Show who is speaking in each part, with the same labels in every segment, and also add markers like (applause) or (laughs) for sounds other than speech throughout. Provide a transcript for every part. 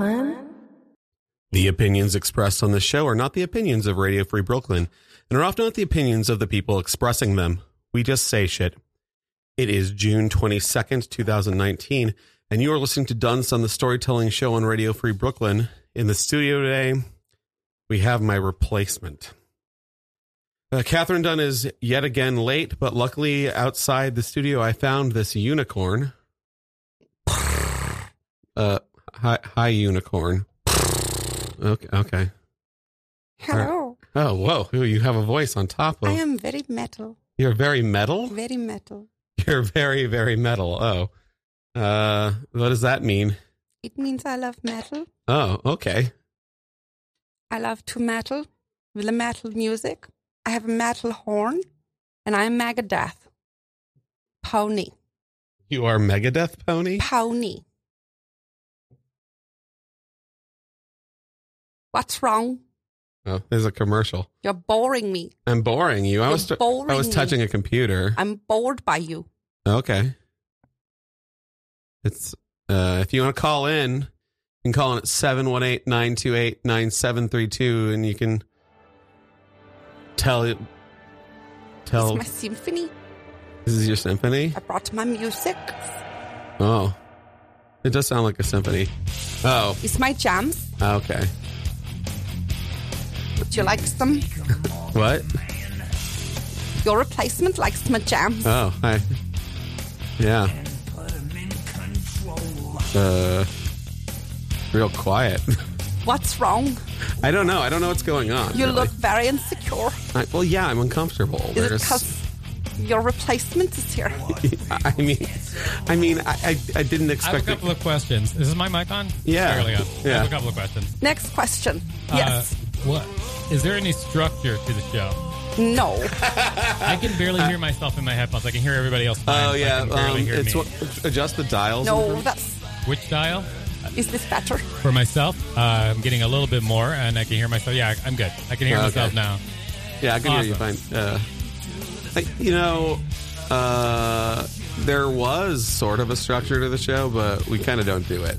Speaker 1: Brooklyn.
Speaker 2: The opinions expressed on this show are not the opinions of Radio Free Brooklyn and are often not the opinions of the people expressing them. We just say shit. It is June 22nd, 2019, and you are listening to Dunstan, the storytelling show on Radio Free Brooklyn. In the studio today, we have my replacement. Uh, Catherine Dunn is yet again late, but luckily outside the studio, I found this unicorn. Uh, hi, hi, unicorn. Okay, okay.
Speaker 3: Hello.
Speaker 2: Oh, whoa! Ooh, You have a voice on top of.
Speaker 3: I am very metal.
Speaker 2: You're very metal. (laughs)
Speaker 3: Very metal.
Speaker 2: You're very, very metal. Oh, uh, what does that mean?
Speaker 3: It means I love metal.
Speaker 2: Oh, okay.
Speaker 3: I love to metal with the metal music. I have a metal horn and I'm Megadeth. Pony.
Speaker 2: You are Megadeth Pony.
Speaker 3: Pony. What's wrong?
Speaker 2: Oh, there's a commercial.
Speaker 3: You're boring me.
Speaker 2: I'm boring you. I
Speaker 3: You're
Speaker 2: was t- I
Speaker 3: boring
Speaker 2: was
Speaker 3: me.
Speaker 2: touching a computer.
Speaker 3: I'm bored by you.
Speaker 2: Okay. It's uh if you want to call in, you can call in at 718-928-9732 and you can tell
Speaker 3: It's
Speaker 2: tell
Speaker 3: my symphony.
Speaker 2: this is your symphony.
Speaker 3: I brought my music.
Speaker 2: Oh. It does sound like a symphony. Oh,
Speaker 3: It's my jams.
Speaker 2: okay.
Speaker 3: Would you like some?
Speaker 2: What?
Speaker 3: Your replacement likes my jams.
Speaker 2: Oh, hi. Yeah. Uh real quiet. (laughs)
Speaker 3: What's wrong?
Speaker 2: I don't know. I don't know what's going on.
Speaker 3: You
Speaker 2: really.
Speaker 3: look very insecure.
Speaker 2: I, well, yeah, I'm uncomfortable.
Speaker 3: Is it
Speaker 2: There's-
Speaker 3: because your replacement is here?
Speaker 2: (laughs) I mean, I mean, I, I, I didn't
Speaker 4: I have a
Speaker 2: expect it.
Speaker 4: couple of questions. Is my mic on?
Speaker 2: Yeah.
Speaker 4: Barely on. I
Speaker 2: Yeah.
Speaker 4: have a couple of questions.
Speaker 3: Next question. Yes.
Speaker 4: Uh, what? Is there any structure to the show?
Speaker 2: (laughs)
Speaker 3: no.
Speaker 4: I can barely hear myself in my headphones. I can hear everybody else. fine,
Speaker 2: Uh, Oh
Speaker 4: but I
Speaker 2: yeah,
Speaker 4: can barely
Speaker 2: um,
Speaker 4: hear
Speaker 2: it's
Speaker 4: me.
Speaker 2: what, adjust the dials.
Speaker 3: No, that's.
Speaker 4: Which dial?
Speaker 3: Is this better?
Speaker 4: For myself, uh, I'm getting a little bit more, and I can hear myself. Yeah, I'm good. I can hear
Speaker 2: Okay.
Speaker 4: myself now.
Speaker 2: Yeah, I can hear you
Speaker 4: Awesome.
Speaker 2: fine. Uh, I, you know, uh, there was sort of a structure to the show, but we kind of don't do it.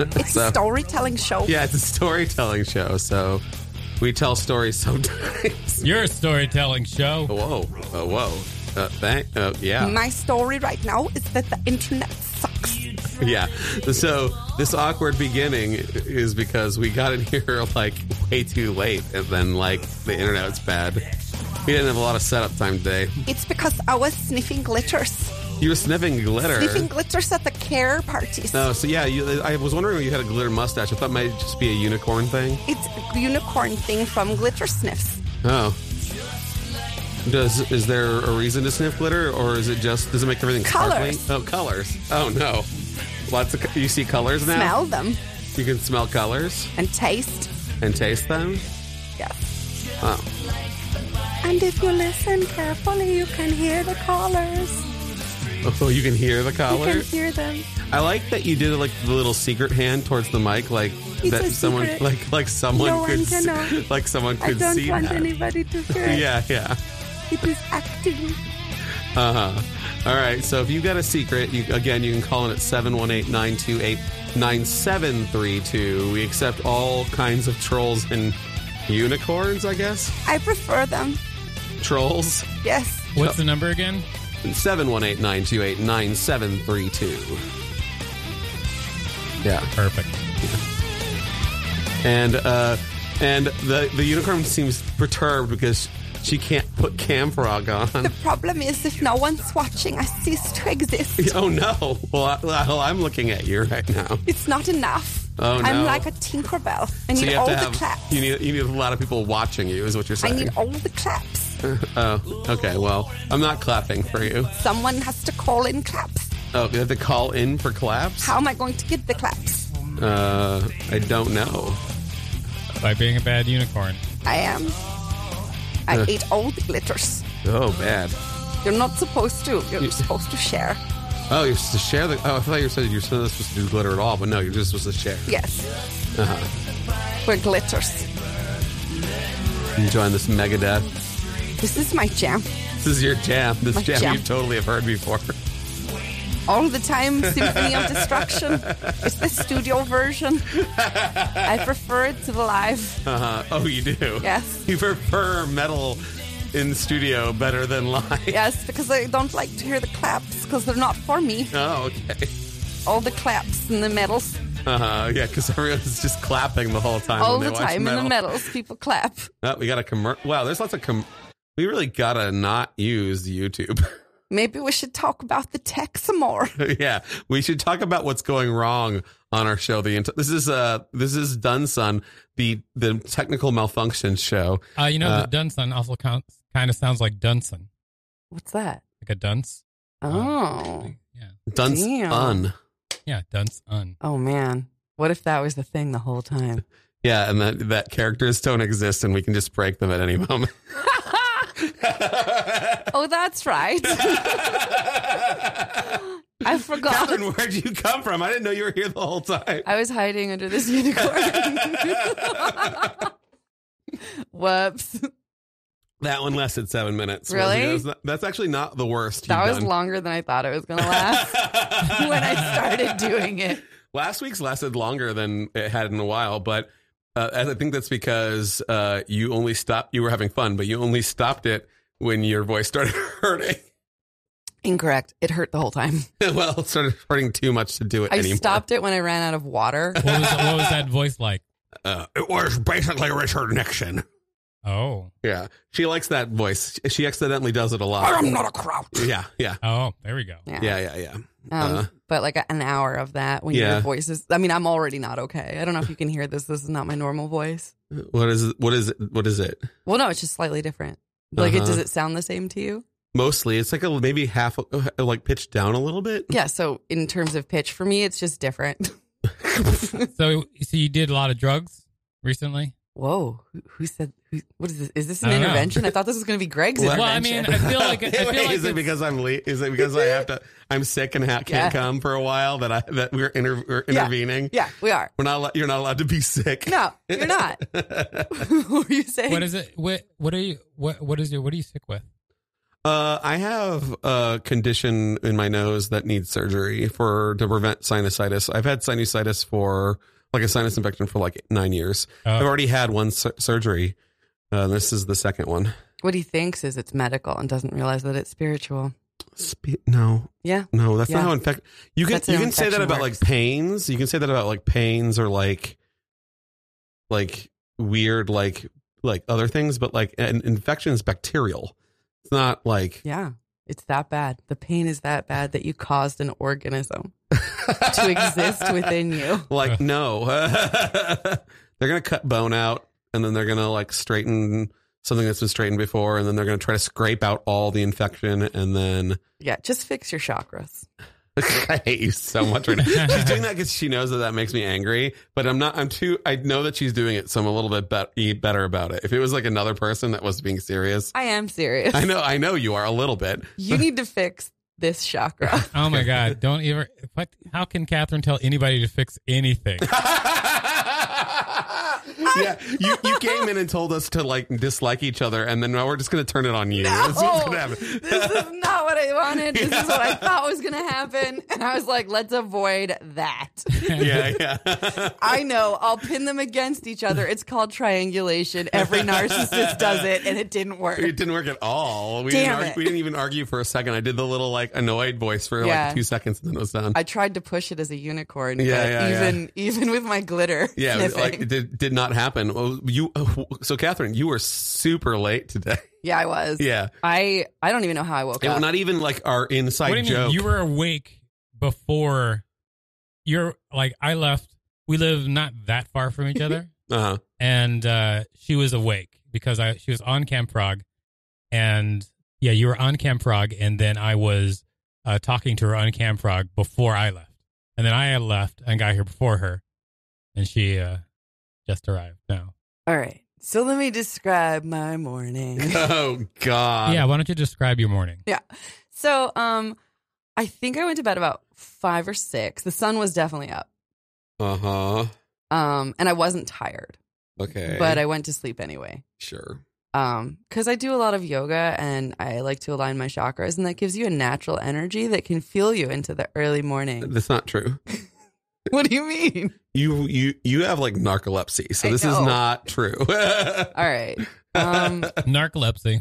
Speaker 2: (laughs)
Speaker 3: It's a storytelling show.
Speaker 2: uh, Yeah, it's a storytelling show, so we tell stories sometimes. (laughs)
Speaker 4: You're a storytelling show.
Speaker 2: whoa, uh, whoa, uh, thank, uh, yeah.
Speaker 3: My story right now is that the internet sucks.
Speaker 2: (laughs) Yeah. So this awkward beginning is because we got in (laughs) here like way too late, and then like the internet was bad. We didn't have a lot of setup time today.
Speaker 3: It's because I was sniffing glitters.
Speaker 2: You were sniffing glitter.
Speaker 3: Sniffing glitters at the care parties.
Speaker 2: oh, so yeah, you, I was wondering if you had a glitter mustache. I thought it might just be a unicorn thing.
Speaker 3: It's a unicorn thing from Glitter Sniffs.
Speaker 2: Oh. Does is there a reason to sniff glitter, or is it just does it make everything
Speaker 3: Colors.
Speaker 2: sparkling? Oh, colors. Oh no, lots of co- you see colors now.
Speaker 3: Smell them
Speaker 2: You can smell colors
Speaker 3: and taste.
Speaker 2: and taste them.
Speaker 3: Yes.
Speaker 2: Oh.
Speaker 3: And if you listen carefully, you can hear the callers.
Speaker 2: Oh, you can hear the
Speaker 3: You
Speaker 2: collar.
Speaker 3: can hear them.
Speaker 2: I like that you did like the little secret hand towards the mic, like
Speaker 3: It's
Speaker 2: that
Speaker 3: a
Speaker 2: someone,
Speaker 3: secret.
Speaker 2: like like someone
Speaker 3: No one
Speaker 2: could,
Speaker 3: can
Speaker 2: s-
Speaker 3: know.
Speaker 2: like someone
Speaker 3: I
Speaker 2: could
Speaker 3: don't
Speaker 2: see
Speaker 3: want
Speaker 2: that.
Speaker 3: anybody to hear it.
Speaker 2: Yeah, yeah.
Speaker 3: It is acting.
Speaker 2: Uh huh. All right. So if you got a secret, you, again, you can call in at 718 928 9732. We accept all kinds of trolls and unicorns, I guess.
Speaker 3: I prefer them.
Speaker 2: Trolls.
Speaker 3: Yes.
Speaker 4: What's the number again?
Speaker 2: 718 928 9732. Yeah.
Speaker 4: Perfect.
Speaker 2: and uh, and the the unicorn seems perturbed because she can't put Camfrog on. (laughs)
Speaker 3: The problem is if no one's watching, I cease to exist.
Speaker 2: oh no! Well, I, well, I'm looking at you right now.
Speaker 3: It's not enough.
Speaker 2: Oh, no.
Speaker 3: I'm like a Tinkerbell. I need all the claps.
Speaker 2: you need you need a lot of people watching you. Is what you're
Speaker 3: I
Speaker 2: saying?
Speaker 3: need all the claps.
Speaker 2: (laughs) oh, okay. Well, I'm not clapping for you.
Speaker 3: Someone has to call in claps.
Speaker 2: Oh, you have to call in for claps.
Speaker 3: How am I going to get the claps?
Speaker 2: Uh, I don't know.
Speaker 4: By being a bad unicorn.
Speaker 3: I am.
Speaker 2: Uh.
Speaker 3: I ate all the glitters.
Speaker 2: Oh, bad.
Speaker 3: You're not supposed to. You're supposed to share.
Speaker 2: Oh, you're supposed to share the. Oh, I thought you said you're not supposed to do glitter at all, but no, you're just supposed to share. Uh-huh.
Speaker 3: Yes. We're glitters.
Speaker 2: Enjoying this Megadeth.
Speaker 3: This is my jam.
Speaker 2: This is your jam. This
Speaker 3: My
Speaker 2: jam,
Speaker 3: jam.
Speaker 2: you totally have heard before.
Speaker 3: all the time Symphony of Destruction. It's the studio version. I prefer it to the live.
Speaker 2: Uh-huh. Oh, you do?
Speaker 3: Yes.
Speaker 2: You prefer metal in studio better than live?
Speaker 3: Yes, because I don't like to hear the claps because they're not for me.
Speaker 2: (laughs) Oh, okay.
Speaker 3: All the claps and the medals.
Speaker 2: Uh-huh. Yeah, because (laughs) everyone's just clapping the whole time.
Speaker 3: All
Speaker 2: when Oh,
Speaker 3: the
Speaker 2: they watch
Speaker 3: time in the medals, people clap.
Speaker 2: Oh, we got a commer Wow, there's lots of com. We really gotta not use YouTube. (laughs)
Speaker 3: Maybe we should talk about the tech some more.
Speaker 2: yeah, we should talk about what's going wrong on our show. The ent- this is uh this is Dunsun, the the technical malfunction show.
Speaker 4: Uh, you know,
Speaker 2: Uh,
Speaker 4: the Dunson also kind of sounds like Dunson,
Speaker 3: What's that?
Speaker 4: like a dunce.
Speaker 3: Oh,
Speaker 4: Yeah,
Speaker 2: Dunsun.
Speaker 4: yeah, dunce un.
Speaker 3: oh man. What if that was the thing the whole time?
Speaker 2: Yeah, and that that characters don't exist, and we can just break them at any
Speaker 3: (laughs)
Speaker 2: moment.
Speaker 3: (laughs)
Speaker 2: (laughs)
Speaker 3: Oh, that's right. I forgot.
Speaker 2: Catherine, where'd you come from? I didn't know you were here the whole time.
Speaker 3: I was hiding under this unicorn. (laughs) Whoops.
Speaker 2: That one lasted seven minutes.
Speaker 3: Really?
Speaker 2: Rosie. That's, not- that's actually not the worst.
Speaker 3: That
Speaker 2: you've
Speaker 3: was longer than I thought it was going to last (laughs)
Speaker 2: done.
Speaker 3: when I started doing it.
Speaker 2: (laughs) Last week's lasted longer than it had in a while, but uh, I think that's because uh, you only stopped. You were having fun, but you only stopped it when your voice started (laughs) hurting.
Speaker 3: Incorrect. It hurt the whole
Speaker 4: (laughs)
Speaker 3: time.
Speaker 2: well, it started hurting too much to do it
Speaker 3: I
Speaker 2: anymore.
Speaker 3: stopped it when I ran out of (laughs) water.
Speaker 4: What was, what was that voice like?
Speaker 2: Uh, it was basically Richard Nixon.
Speaker 4: Oh,
Speaker 2: Yeah, she likes that voice. She accidentally does it a lot.
Speaker 3: not a crouch.
Speaker 2: Yeah, yeah,
Speaker 4: oh, there we go.
Speaker 3: Yeah.
Speaker 2: yeah, yeah, yeah.
Speaker 3: Um,
Speaker 4: Uh-huh.
Speaker 2: Uh.
Speaker 3: but like an hour of that when
Speaker 2: Yeah.
Speaker 3: your voice is, I mean, I'm already not okay. I don't know if you can hear this. This is not my normal voice.
Speaker 2: What is what is it? What is it?
Speaker 3: Well, no, it's just slightly different. Like, it,
Speaker 2: Uh-huh.
Speaker 3: does it sound the same to you?
Speaker 2: Mostly, it's like a maybe half uh, like pitched down a little bit.
Speaker 3: Yeah. So, in terms of pitch, for me, it's just different. (laughs)
Speaker 4: So, so you did a lot of drugs recently?
Speaker 3: Whoa, who, who said? Who, what is this? Is this an
Speaker 4: I don't know.
Speaker 3: intervention?
Speaker 4: (laughs)
Speaker 3: I thought this was going to be Greg's
Speaker 2: Well,
Speaker 4: Well, I
Speaker 3: intervention.
Speaker 4: mean, I feel
Speaker 2: (laughs)
Speaker 4: like I feel like
Speaker 2: is it
Speaker 4: it's-
Speaker 2: because I'm le- is it because I have to I'm sick and ha- can't
Speaker 3: Yeah.
Speaker 2: come for a while that I that we're, inter- we're
Speaker 3: Yeah.
Speaker 2: intervening?
Speaker 3: (laughs) yeah, we are.
Speaker 2: We're not allo- you're not allowed to be sick.
Speaker 3: No, you're not. (laughs) what are you saying?
Speaker 4: what is it? What what are you? What what is your? What are you sick with?
Speaker 2: (laughs) Uh, I have a condition in my nose that needs surgery for to prevent sinusitis. I've had sinusitis for like a sinus infection for like nine years.
Speaker 4: Oh.
Speaker 2: I've already had one sur- surgery. Uh, this is the second one.
Speaker 3: what he thinks is it's medical and doesn't realize that it's spiritual.
Speaker 2: Spe- no,
Speaker 3: Yeah,
Speaker 2: No, that's
Speaker 3: Yeah.
Speaker 2: not how infect. You can
Speaker 3: That's how
Speaker 2: you can say that
Speaker 3: infection
Speaker 2: about
Speaker 3: works.
Speaker 2: like pains. You can say that about like pains or like like weird like like other things, but like an infection is bacterial. It's not like
Speaker 3: yeah. It's that bad. The pain is that bad that you caused an organism
Speaker 2: (laughs)
Speaker 3: to exist within you.
Speaker 2: Like no, (laughs) they're gonna cut bone out, and then they're gonna like straighten something that's been straightened before, and then they're gonna try to scrape out all the infection, and then
Speaker 3: Yeah, just fix your chakras.
Speaker 2: (laughs) I hate you so much right now. She's doing that because she knows that that makes me angry, but I'm not, I'm too, I know that she's doing it, so I'm a little bit be- e, better about it. If it was like another person that was being serious,
Speaker 3: I am serious.
Speaker 2: I know, I know you are a little bit. (laughs)
Speaker 3: You need to fix this chakra.
Speaker 4: Oh my god! Don't ever. What? How can Catherine tell anybody to fix anything?
Speaker 2: yeah, you, you came in and told us to like dislike each other, and then now we're just going to turn it on you. That's what's gonna happen.
Speaker 3: (laughs) this is not what I wanted. This is what I thought was going to happen. And I was like, let's avoid that.
Speaker 2: yeah, yeah. (laughs)
Speaker 3: I know. I'll pin them against each other. It's called triangulation. Every narcissist does it, and it didn't work.
Speaker 2: It didn't work at all. We,
Speaker 3: Damn
Speaker 2: didn't argue,
Speaker 3: it.
Speaker 2: we didn't even argue for a second. I did the little like annoyed voice for
Speaker 3: Yeah.
Speaker 2: like two seconds, and then it was done.
Speaker 3: I tried to push it as a unicorn,
Speaker 2: Yeah,
Speaker 3: but
Speaker 2: yeah,
Speaker 3: even even with my glitter,
Speaker 2: (laughs) Yeah, it was
Speaker 3: sniffing.
Speaker 2: like it did, did not happen. Well, you (laughs) so Catherine, you were super late today. (laughs)
Speaker 3: yeah, I was.
Speaker 2: Yeah,
Speaker 3: I I don't even know how I woke
Speaker 2: And
Speaker 3: up.
Speaker 2: not even like our inside
Speaker 4: what do you
Speaker 2: joke.
Speaker 4: mean? You were awake before. You're like I left. We live not that far from each other.
Speaker 2: uh-huh.
Speaker 3: (laughs)
Speaker 4: and uh, she was awake because I she was on Camp Frog, and yeah, you were on Camp Frog, and then I was uh, talking to her on Camp Frog before I left, and then I had left and got here before her, and she uh, just arrived now.
Speaker 3: All right, so let me describe my morning.
Speaker 2: (laughs) Oh God.
Speaker 4: yeah, why don't you describe your morning?
Speaker 3: so, um, I think I went to bed about five or six. The sun was definitely up,
Speaker 2: Uh huh.
Speaker 3: um, and I wasn't tired,
Speaker 2: Okay.
Speaker 3: uh, but I went to sleep anyway.
Speaker 2: sure.
Speaker 3: Um, cause I do a lot of yoga and I like to align my chakras and that gives you a natural energy that can fuel you into the early
Speaker 2: (laughs)
Speaker 3: morning.
Speaker 2: That's not true.
Speaker 3: what do you mean?
Speaker 2: You you you have like narcolepsy, so
Speaker 3: I
Speaker 2: this is
Speaker 3: know.
Speaker 2: not true. (laughs)
Speaker 3: All right. Um,
Speaker 4: Narcolepsy. You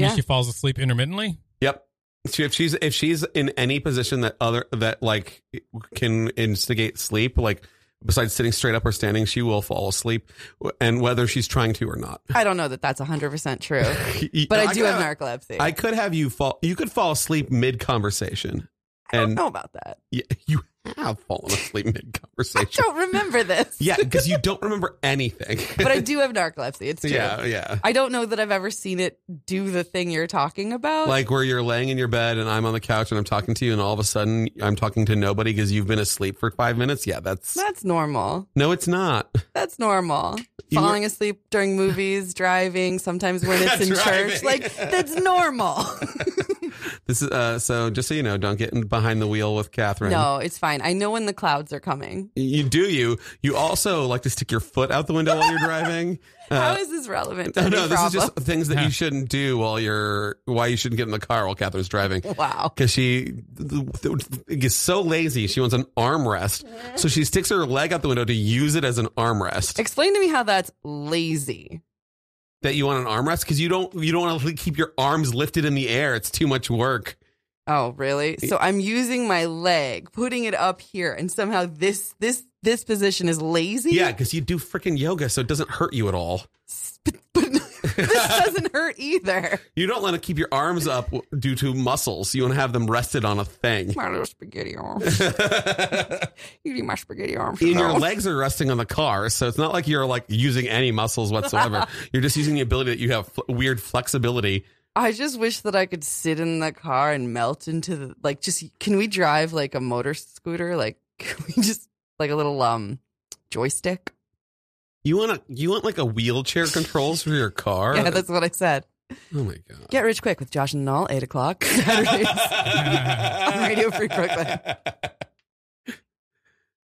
Speaker 3: Yeah.
Speaker 4: mean she falls asleep intermittently?
Speaker 2: Yep. She, if she's if she's in any position that other that like can instigate sleep, like besides sitting straight up or standing, she will fall asleep, and whether she's trying to or not. (laughs)
Speaker 3: I don't know that that's 100% true, but I do
Speaker 2: could
Speaker 3: have narcolepsy.
Speaker 2: I
Speaker 3: I,
Speaker 2: could have you fall. You could fall asleep mid conversation,
Speaker 3: don't
Speaker 2: and (laughs)
Speaker 3: know about that.
Speaker 2: y- you have fallen asleep mid
Speaker 3: (laughs) I
Speaker 2: conversation.
Speaker 3: don't remember this.
Speaker 2: (laughs) Yeah, because you don't remember anything.
Speaker 3: (laughs) But
Speaker 2: (laughs)
Speaker 3: I do have narcolepsy. It's true.
Speaker 2: yeah, yeah.
Speaker 3: I don't know that I've ever seen it do the thing you're talking about.
Speaker 2: Like where you're laying in your bed and I'm on the couch and I'm talking to you, and all of a sudden I'm talking to nobody because you've been asleep for five minutes. Yeah, that's
Speaker 3: that's normal.
Speaker 2: no, it's not.
Speaker 3: That's normal.
Speaker 2: You
Speaker 3: Falling asleep during movies, driving, sometimes
Speaker 2: (laughs)
Speaker 3: when it's in church.
Speaker 2: Driving. (laughs)
Speaker 3: Like, that's normal. (laughs)
Speaker 2: This is uh, so. Just so you know, don't get in behind the wheel with Catherine.
Speaker 3: no, it's fine. I know when the clouds are coming.
Speaker 2: you do. You you also like to stick your foot out the window while you're driving.
Speaker 3: (laughs)
Speaker 2: Uh,
Speaker 3: How is this relevant
Speaker 2: (laughs)
Speaker 3: to
Speaker 2: No,
Speaker 3: any
Speaker 2: no, this is
Speaker 3: problem?
Speaker 2: just things that you shouldn't do while you're why you shouldn't get in the car while Catherine's driving
Speaker 3: (laughs) Wow.
Speaker 2: because she th- th- gets so lazy she wants an armrest, so she sticks her leg out the window to use it as an armrest.
Speaker 3: Explain to me how that's lazy.
Speaker 2: that you want an armrest because you don't you don't want to keep your arms lifted in the air. It's too much work.
Speaker 3: Oh, really? So I'm using my leg, putting it up here, and somehow this this this position is lazy.
Speaker 2: Yeah, because you do freaking yoga, so it doesn't hurt you at all.
Speaker 3: (laughs) but
Speaker 2: (laughs)
Speaker 3: this doesn't hurt either.
Speaker 2: You don't want to keep your arms up w- due to muscles. You want to have them rested on a thing.
Speaker 5: My little spaghetti arm.
Speaker 2: (laughs)
Speaker 5: you need my spaghetti arm.
Speaker 2: And your legs are resting on the car, so it's not like you're like using any muscles
Speaker 3: (laughs)
Speaker 2: whatsoever. you're just using the ability that you have fl- weird flexibility.
Speaker 3: I just wish that I could sit in the car and melt into the like. Just can we drive like a motor scooter? Like (laughs) can we just like a little um joystick?
Speaker 2: You want to you want like a wheelchair controls for your car?
Speaker 3: Yeah, that's what I said.
Speaker 2: oh my god.
Speaker 3: Get rich quick with Josh and Null, eight
Speaker 2: (laughs)
Speaker 3: o'clock (laughs) Saturdays on (laughs) Radio Free Brooklyn.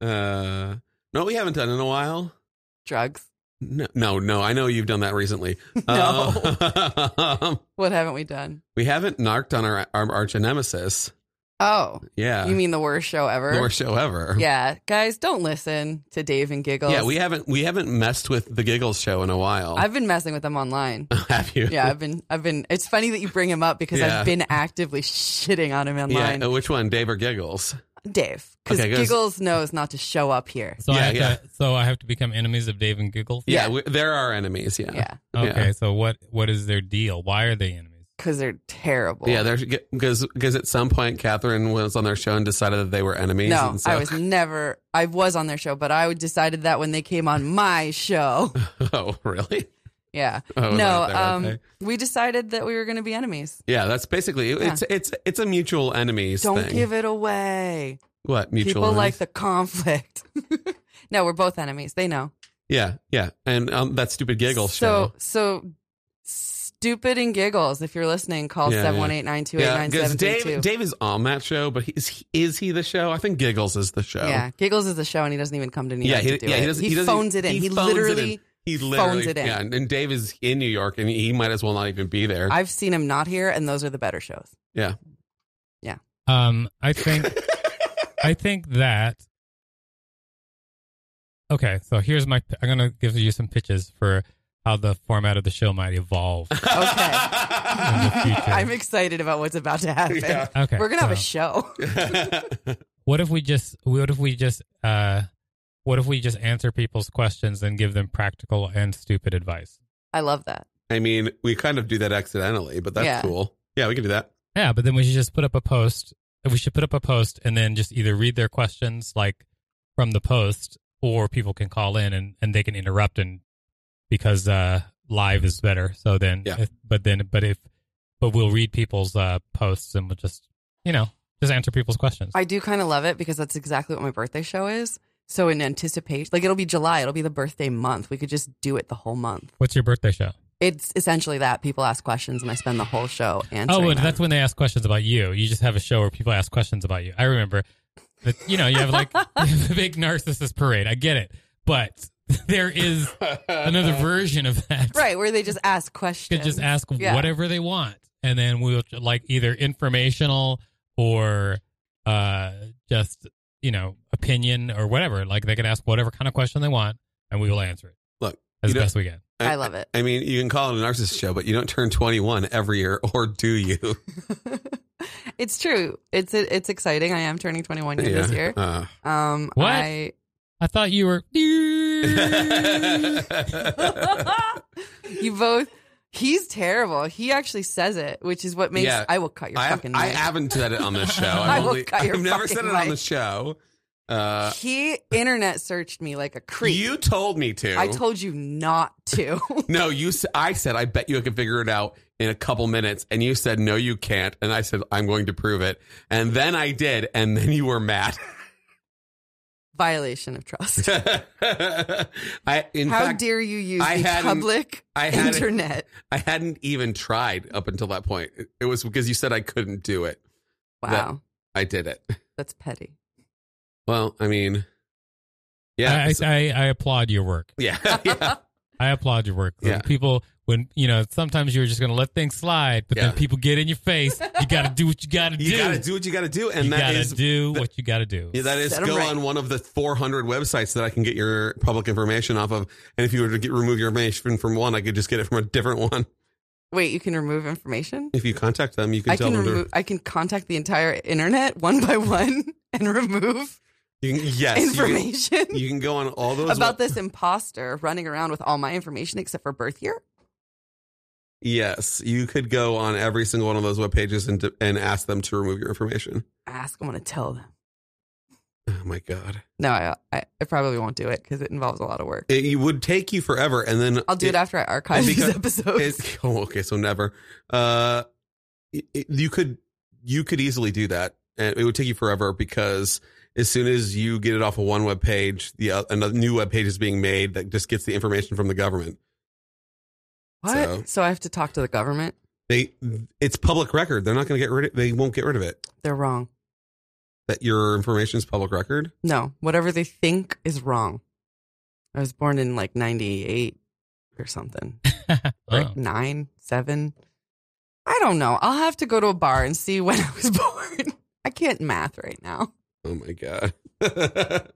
Speaker 2: Uh, no, we haven't done in a while.
Speaker 3: Drugs.
Speaker 2: No, no, no. I know you've done that recently.
Speaker 3: (laughs) No.
Speaker 2: Um, (laughs)
Speaker 3: What haven't we done?
Speaker 2: we haven't narked on our, our arch nemesis.
Speaker 3: Oh,
Speaker 2: Yeah.
Speaker 3: you mean the worst show ever?
Speaker 2: Uh. the worst show ever.
Speaker 3: Yeah, guys, don't listen to Dave and Giggles.
Speaker 2: Yeah, we haven't we haven't messed with the Giggles show in a while.
Speaker 3: I've been messing with them online.
Speaker 2: (laughs) Have you?
Speaker 3: Yeah, I've been, I've been. It's funny that you bring him up because
Speaker 2: Yeah.
Speaker 3: I've been actively shitting on him online.
Speaker 2: Yeah. Which one, Dave or Giggles?
Speaker 3: Dave, because
Speaker 2: Okay, 'cause-
Speaker 3: Giggles knows not to show up here.
Speaker 4: So I
Speaker 2: Yeah,
Speaker 4: have
Speaker 2: yeah.
Speaker 4: to, so I have to become enemies of Dave and Giggles.
Speaker 2: Yeah,
Speaker 3: Yeah.
Speaker 2: We, they're our enemies. Yeah.
Speaker 3: Yeah,
Speaker 4: Okay, so what what is their deal? Why are they enemies?
Speaker 3: because they're terrible.
Speaker 2: Yeah, they're because because at some point Catherine was on their show and decided that they were enemies.
Speaker 3: no,
Speaker 2: and so,
Speaker 3: I was never. I was on their show, but I decided that when they came on
Speaker 2: (laughs)
Speaker 3: my show.
Speaker 2: (laughs) Oh, really?
Speaker 3: Yeah.
Speaker 2: Oh,
Speaker 3: (laughs) no,
Speaker 2: right there,
Speaker 3: um,
Speaker 2: okay.
Speaker 3: we decided that we were going to be enemies.
Speaker 2: Yeah, that's basically it's it's it's a mutual enemies.
Speaker 3: Don't
Speaker 2: thing.
Speaker 3: give it away.
Speaker 2: what mutual
Speaker 3: People
Speaker 2: enemies?
Speaker 3: like the conflict. (laughs) no, we're both enemies. They know.
Speaker 2: yeah yeah and um, that stupid giggle
Speaker 3: so,
Speaker 2: show.
Speaker 3: So stupid and giggles. If you're listening, call
Speaker 2: Yeah, yeah.
Speaker 3: seven one eight nine two eight nine seven three
Speaker 2: Dave
Speaker 3: two.
Speaker 2: Dave is on that show, but he, is he, is he the show? I think Giggles is the show.
Speaker 3: Yeah, giggles is a show, and he doesn't even come to New York to do it.
Speaker 2: doesn't-
Speaker 3: he,
Speaker 2: doesn't-
Speaker 3: phones it in. He,
Speaker 2: phones it in.
Speaker 3: literally.
Speaker 2: he literally
Speaker 3: phones it in.
Speaker 2: Yeah, and, and Dave is in New York, and he might as well not even be there.
Speaker 3: I've seen him not here, and those are the better shows.
Speaker 2: yeah,
Speaker 4: Um,
Speaker 3: (laughs)
Speaker 4: I think I think that. Okay, so here's my. I'm gonna give you some pitches for how the format of the show
Speaker 3: (laughs)
Speaker 4: might evolve. future.
Speaker 3: I'm excited about what's about to happen.
Speaker 2: (laughs) Yeah.
Speaker 4: Okay,
Speaker 3: We're gonna have a
Speaker 4: so-
Speaker 3: show. (laughs)
Speaker 4: what if we just what if we just uh what if we just answer people's questions and give them practical and stupid advice
Speaker 3: I love that.
Speaker 2: (laughs) I mean, we kind of do that accidentally, but that's
Speaker 3: Yeah.
Speaker 2: cool. Yeah, we can do that.
Speaker 4: yeah but then we should just put up a post we should put up a post and then just either read their questions like from the post or people can call in and, and they can interrupt and because uh live is better so then
Speaker 2: Yeah.
Speaker 4: if, but then but if but we'll read people's uh posts and we'll just you know just answer people's questions
Speaker 3: I do kind of love it because that's exactly what my birthday show is. So in anticipation, like it'll be July, it'll be the birthday month. We could just do it the whole month.
Speaker 4: what's your birthday show
Speaker 3: It's essentially that people ask questions, and I spend the whole show answering.
Speaker 4: Oh, well,
Speaker 3: them.
Speaker 4: that's when they ask questions about you. You just have a show where people ask questions about (laughs) you. I remember that, you know, you have like the big narcissist parade. I get it. But (laughs) there is another version of that.
Speaker 3: (laughs) right, where they just ask questions.
Speaker 4: could just ask
Speaker 3: Yeah.
Speaker 4: whatever they want, and then we'll like either informational or uh, just you know opinion or whatever. Like they can ask whatever kind of question they want, and we will answer it
Speaker 2: Look,
Speaker 4: as
Speaker 2: you don't-
Speaker 4: best we can.
Speaker 3: I love it. (laughs)
Speaker 2: I mean, you can call it a narcissist show, but you don't turn 21 every year, or do you?
Speaker 3: it's true. It's it's exciting. I am turning 21
Speaker 2: Yeah.
Speaker 3: (laughs) this year.
Speaker 2: Uh. (laughs)
Speaker 3: (laughs) Um,
Speaker 4: What?
Speaker 3: I (laughs)
Speaker 4: I thought you were. (laughs)
Speaker 3: you both. He's terrible. He actually says it, which is what makes
Speaker 2: Yeah.
Speaker 3: I will cut your
Speaker 2: I, have,
Speaker 3: fucking.
Speaker 2: I
Speaker 3: mic.
Speaker 2: haven't said it on
Speaker 3: (laughs)
Speaker 2: this show. I've,
Speaker 3: I will
Speaker 2: only-
Speaker 3: cut your
Speaker 2: I've never
Speaker 3: fucking
Speaker 2: said it on the
Speaker 3: mic.
Speaker 2: show. Uh,
Speaker 3: he internet searched me like a creep.
Speaker 2: you told me to.
Speaker 3: I told you not to. (laughs)
Speaker 2: No, you. s- I said I bet you I can figure it out in a couple minutes, and you said no, you can't. And I said I'm going to prove it, and then I did, and then you were mad. (laughs)
Speaker 3: Violation of trust.
Speaker 2: I (laughs) in
Speaker 3: How
Speaker 2: fact
Speaker 3: dare you use
Speaker 2: I
Speaker 3: the
Speaker 2: hadn't-
Speaker 3: public
Speaker 2: I hadn't-
Speaker 3: internet?
Speaker 2: I hadn't even tried up until that point. It- It was because you said I couldn't do it.
Speaker 3: Wow,
Speaker 2: I did it.
Speaker 3: that's petty.
Speaker 2: Well, I mean, yeah,
Speaker 4: I,
Speaker 2: so-
Speaker 4: I, I applaud your work.
Speaker 2: yeah, (laughs) yeah.
Speaker 4: I applaud your work.
Speaker 2: Yeah.
Speaker 4: People, when you know, sometimes you're just going to let things slide, but
Speaker 2: Yeah.
Speaker 4: then people get in your face. You got to do what you got to do.
Speaker 2: You got to do what you got to do, and
Speaker 4: You
Speaker 2: that
Speaker 4: gotta
Speaker 2: is
Speaker 4: do what you got to do.
Speaker 2: Yeah, that is
Speaker 3: Set 'em
Speaker 2: go
Speaker 3: right.
Speaker 2: on one of the 400 websites that I can get your public information off of. And if you were to get, remove your information from one, I could just get it from a different (laughs) one.
Speaker 3: (laughs) Wait, you can remove information.
Speaker 2: If you contact them, you can
Speaker 3: I
Speaker 2: tell
Speaker 3: can
Speaker 2: them.
Speaker 3: remove. I can contact the entire internet one by one (laughs) and remove
Speaker 2: to, you can, yes, you can-
Speaker 3: information.
Speaker 2: You can,
Speaker 3: (laughs)
Speaker 2: go on all those web-
Speaker 3: about this imposter running around with all my information except for birth year.
Speaker 2: Yes, you could go on every single one of those web pages and to- and ask them to remove your information.
Speaker 3: Ask, I'm going to tell them.
Speaker 2: Oh my god,
Speaker 3: No, I, I, I probably won't do it because it involves a lot of work.
Speaker 2: it, it would take you forever, and then
Speaker 3: I'll do it, after I archive
Speaker 2: and
Speaker 3: these
Speaker 2: because-
Speaker 3: (laughs) episodes.
Speaker 2: it- oh, (laughs) okay, so never. Uh, it- it- you could you could easily do that, and it would take you forever because as soon as you get it off of one web page, the uh, another new web page is being made that just gets the information from the government.
Speaker 3: what?
Speaker 2: so-
Speaker 3: So. I have to talk to the government?
Speaker 2: They it's public record. They're not going to get rid of. They won't get rid of it.
Speaker 3: They're wrong.
Speaker 2: That your information is public record.
Speaker 3: No, whatever they think is wrong. I was born in like 98 or something, or
Speaker 4: Oh.
Speaker 3: nine, seven. I don't know. I'll have to go to a bar and see (laughs) when I was born. I can't math right now.
Speaker 2: Oh my god. (laughs)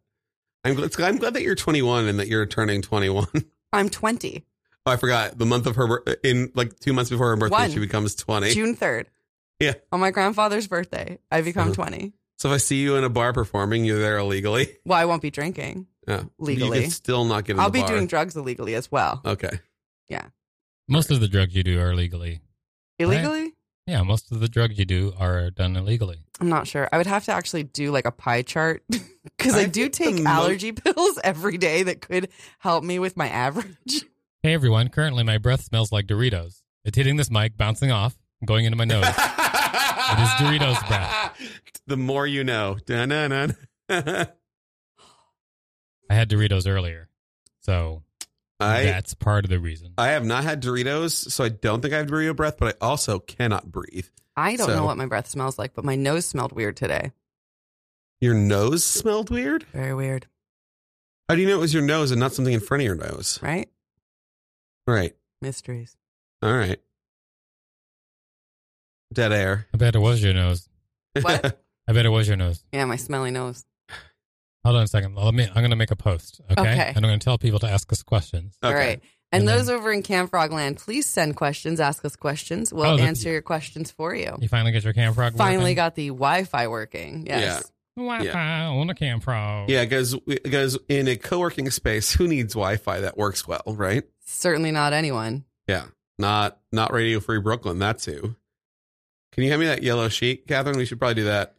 Speaker 2: I'm glad, I'm glad that you're 21 and that you're turning 21.
Speaker 3: I'm 20,
Speaker 2: (laughs) Oh, I forgot the month of her bir- in like two months before her birthday,
Speaker 3: One.
Speaker 2: she becomes 20.
Speaker 3: June 3rd.
Speaker 2: Yeah.
Speaker 3: On my grandfather's birthday, I become
Speaker 2: Uh-huh.
Speaker 3: 20.
Speaker 2: So if I see you in a bar performing, you're there illegally.
Speaker 3: Well, I won't be drinking.
Speaker 2: Yeah. you
Speaker 3: Legally.
Speaker 2: can still not get. In
Speaker 3: I'll
Speaker 2: the
Speaker 3: be
Speaker 2: bar.
Speaker 3: doing drugs illegally as well.
Speaker 2: Okay,
Speaker 4: Most of the drugs you do are legally.
Speaker 3: illegally?
Speaker 4: Yeah, most of the drugs you do are done illegally.
Speaker 3: I'm not sure. I would have to actually do like a pie chart (laughs) because I,
Speaker 2: I
Speaker 3: do
Speaker 2: think the
Speaker 3: take
Speaker 2: mo-
Speaker 3: allergy (laughs) pills every day that could help me with my average.
Speaker 4: Hey everyone, currently my breath smells like Doritos. It's hitting this mic, bouncing off, and
Speaker 3: (laughs)
Speaker 4: going into my nose.
Speaker 2: is
Speaker 4: Doritos breath.
Speaker 2: (laughs) The more you know. Dun-dun-dun.
Speaker 4: I had Doritos earlier. So
Speaker 2: (laughs) I
Speaker 4: that's part of the reason.
Speaker 2: I have not had Doritos, so I don't think I have Dorito breath, but I also cannot breathe.
Speaker 3: I don't
Speaker 2: So-
Speaker 3: know what my breath smells like, but my nose smelled weird today.
Speaker 2: Your nose smelled weird.
Speaker 3: Very weird,
Speaker 2: How do you know it was your nose and not something in front of your nose?
Speaker 3: right?
Speaker 2: Right.
Speaker 3: Mysteries.
Speaker 2: All right. Dead air. (laughs)
Speaker 4: I bet it was your nose.
Speaker 3: What?
Speaker 4: I bet it was your nose.
Speaker 3: Yeah, my smelly nose.
Speaker 4: Hold on a second. Let me I'm gonna make a post. Okay.
Speaker 3: Okay.
Speaker 4: And I'm gonna tell people to ask us questions.
Speaker 3: All right. And,
Speaker 4: And
Speaker 3: those over in Camp Frogland, please send questions, ask us questions. We'll
Speaker 4: Oh, the-
Speaker 3: answer your questions for you.
Speaker 4: You finally get your cam frog.
Speaker 3: Finally
Speaker 4: working?
Speaker 3: got the Wi Fi working. Yes.
Speaker 4: Wi-Fi on a cam frog.
Speaker 2: Yeah, because because in a co-working space, who needs Wi-Fi that works well, right?
Speaker 3: Certainly not anyone.
Speaker 2: Not not Radio Free Brooklyn. That's who. Can you hand me that yellow sheet, Catherine? We should probably do that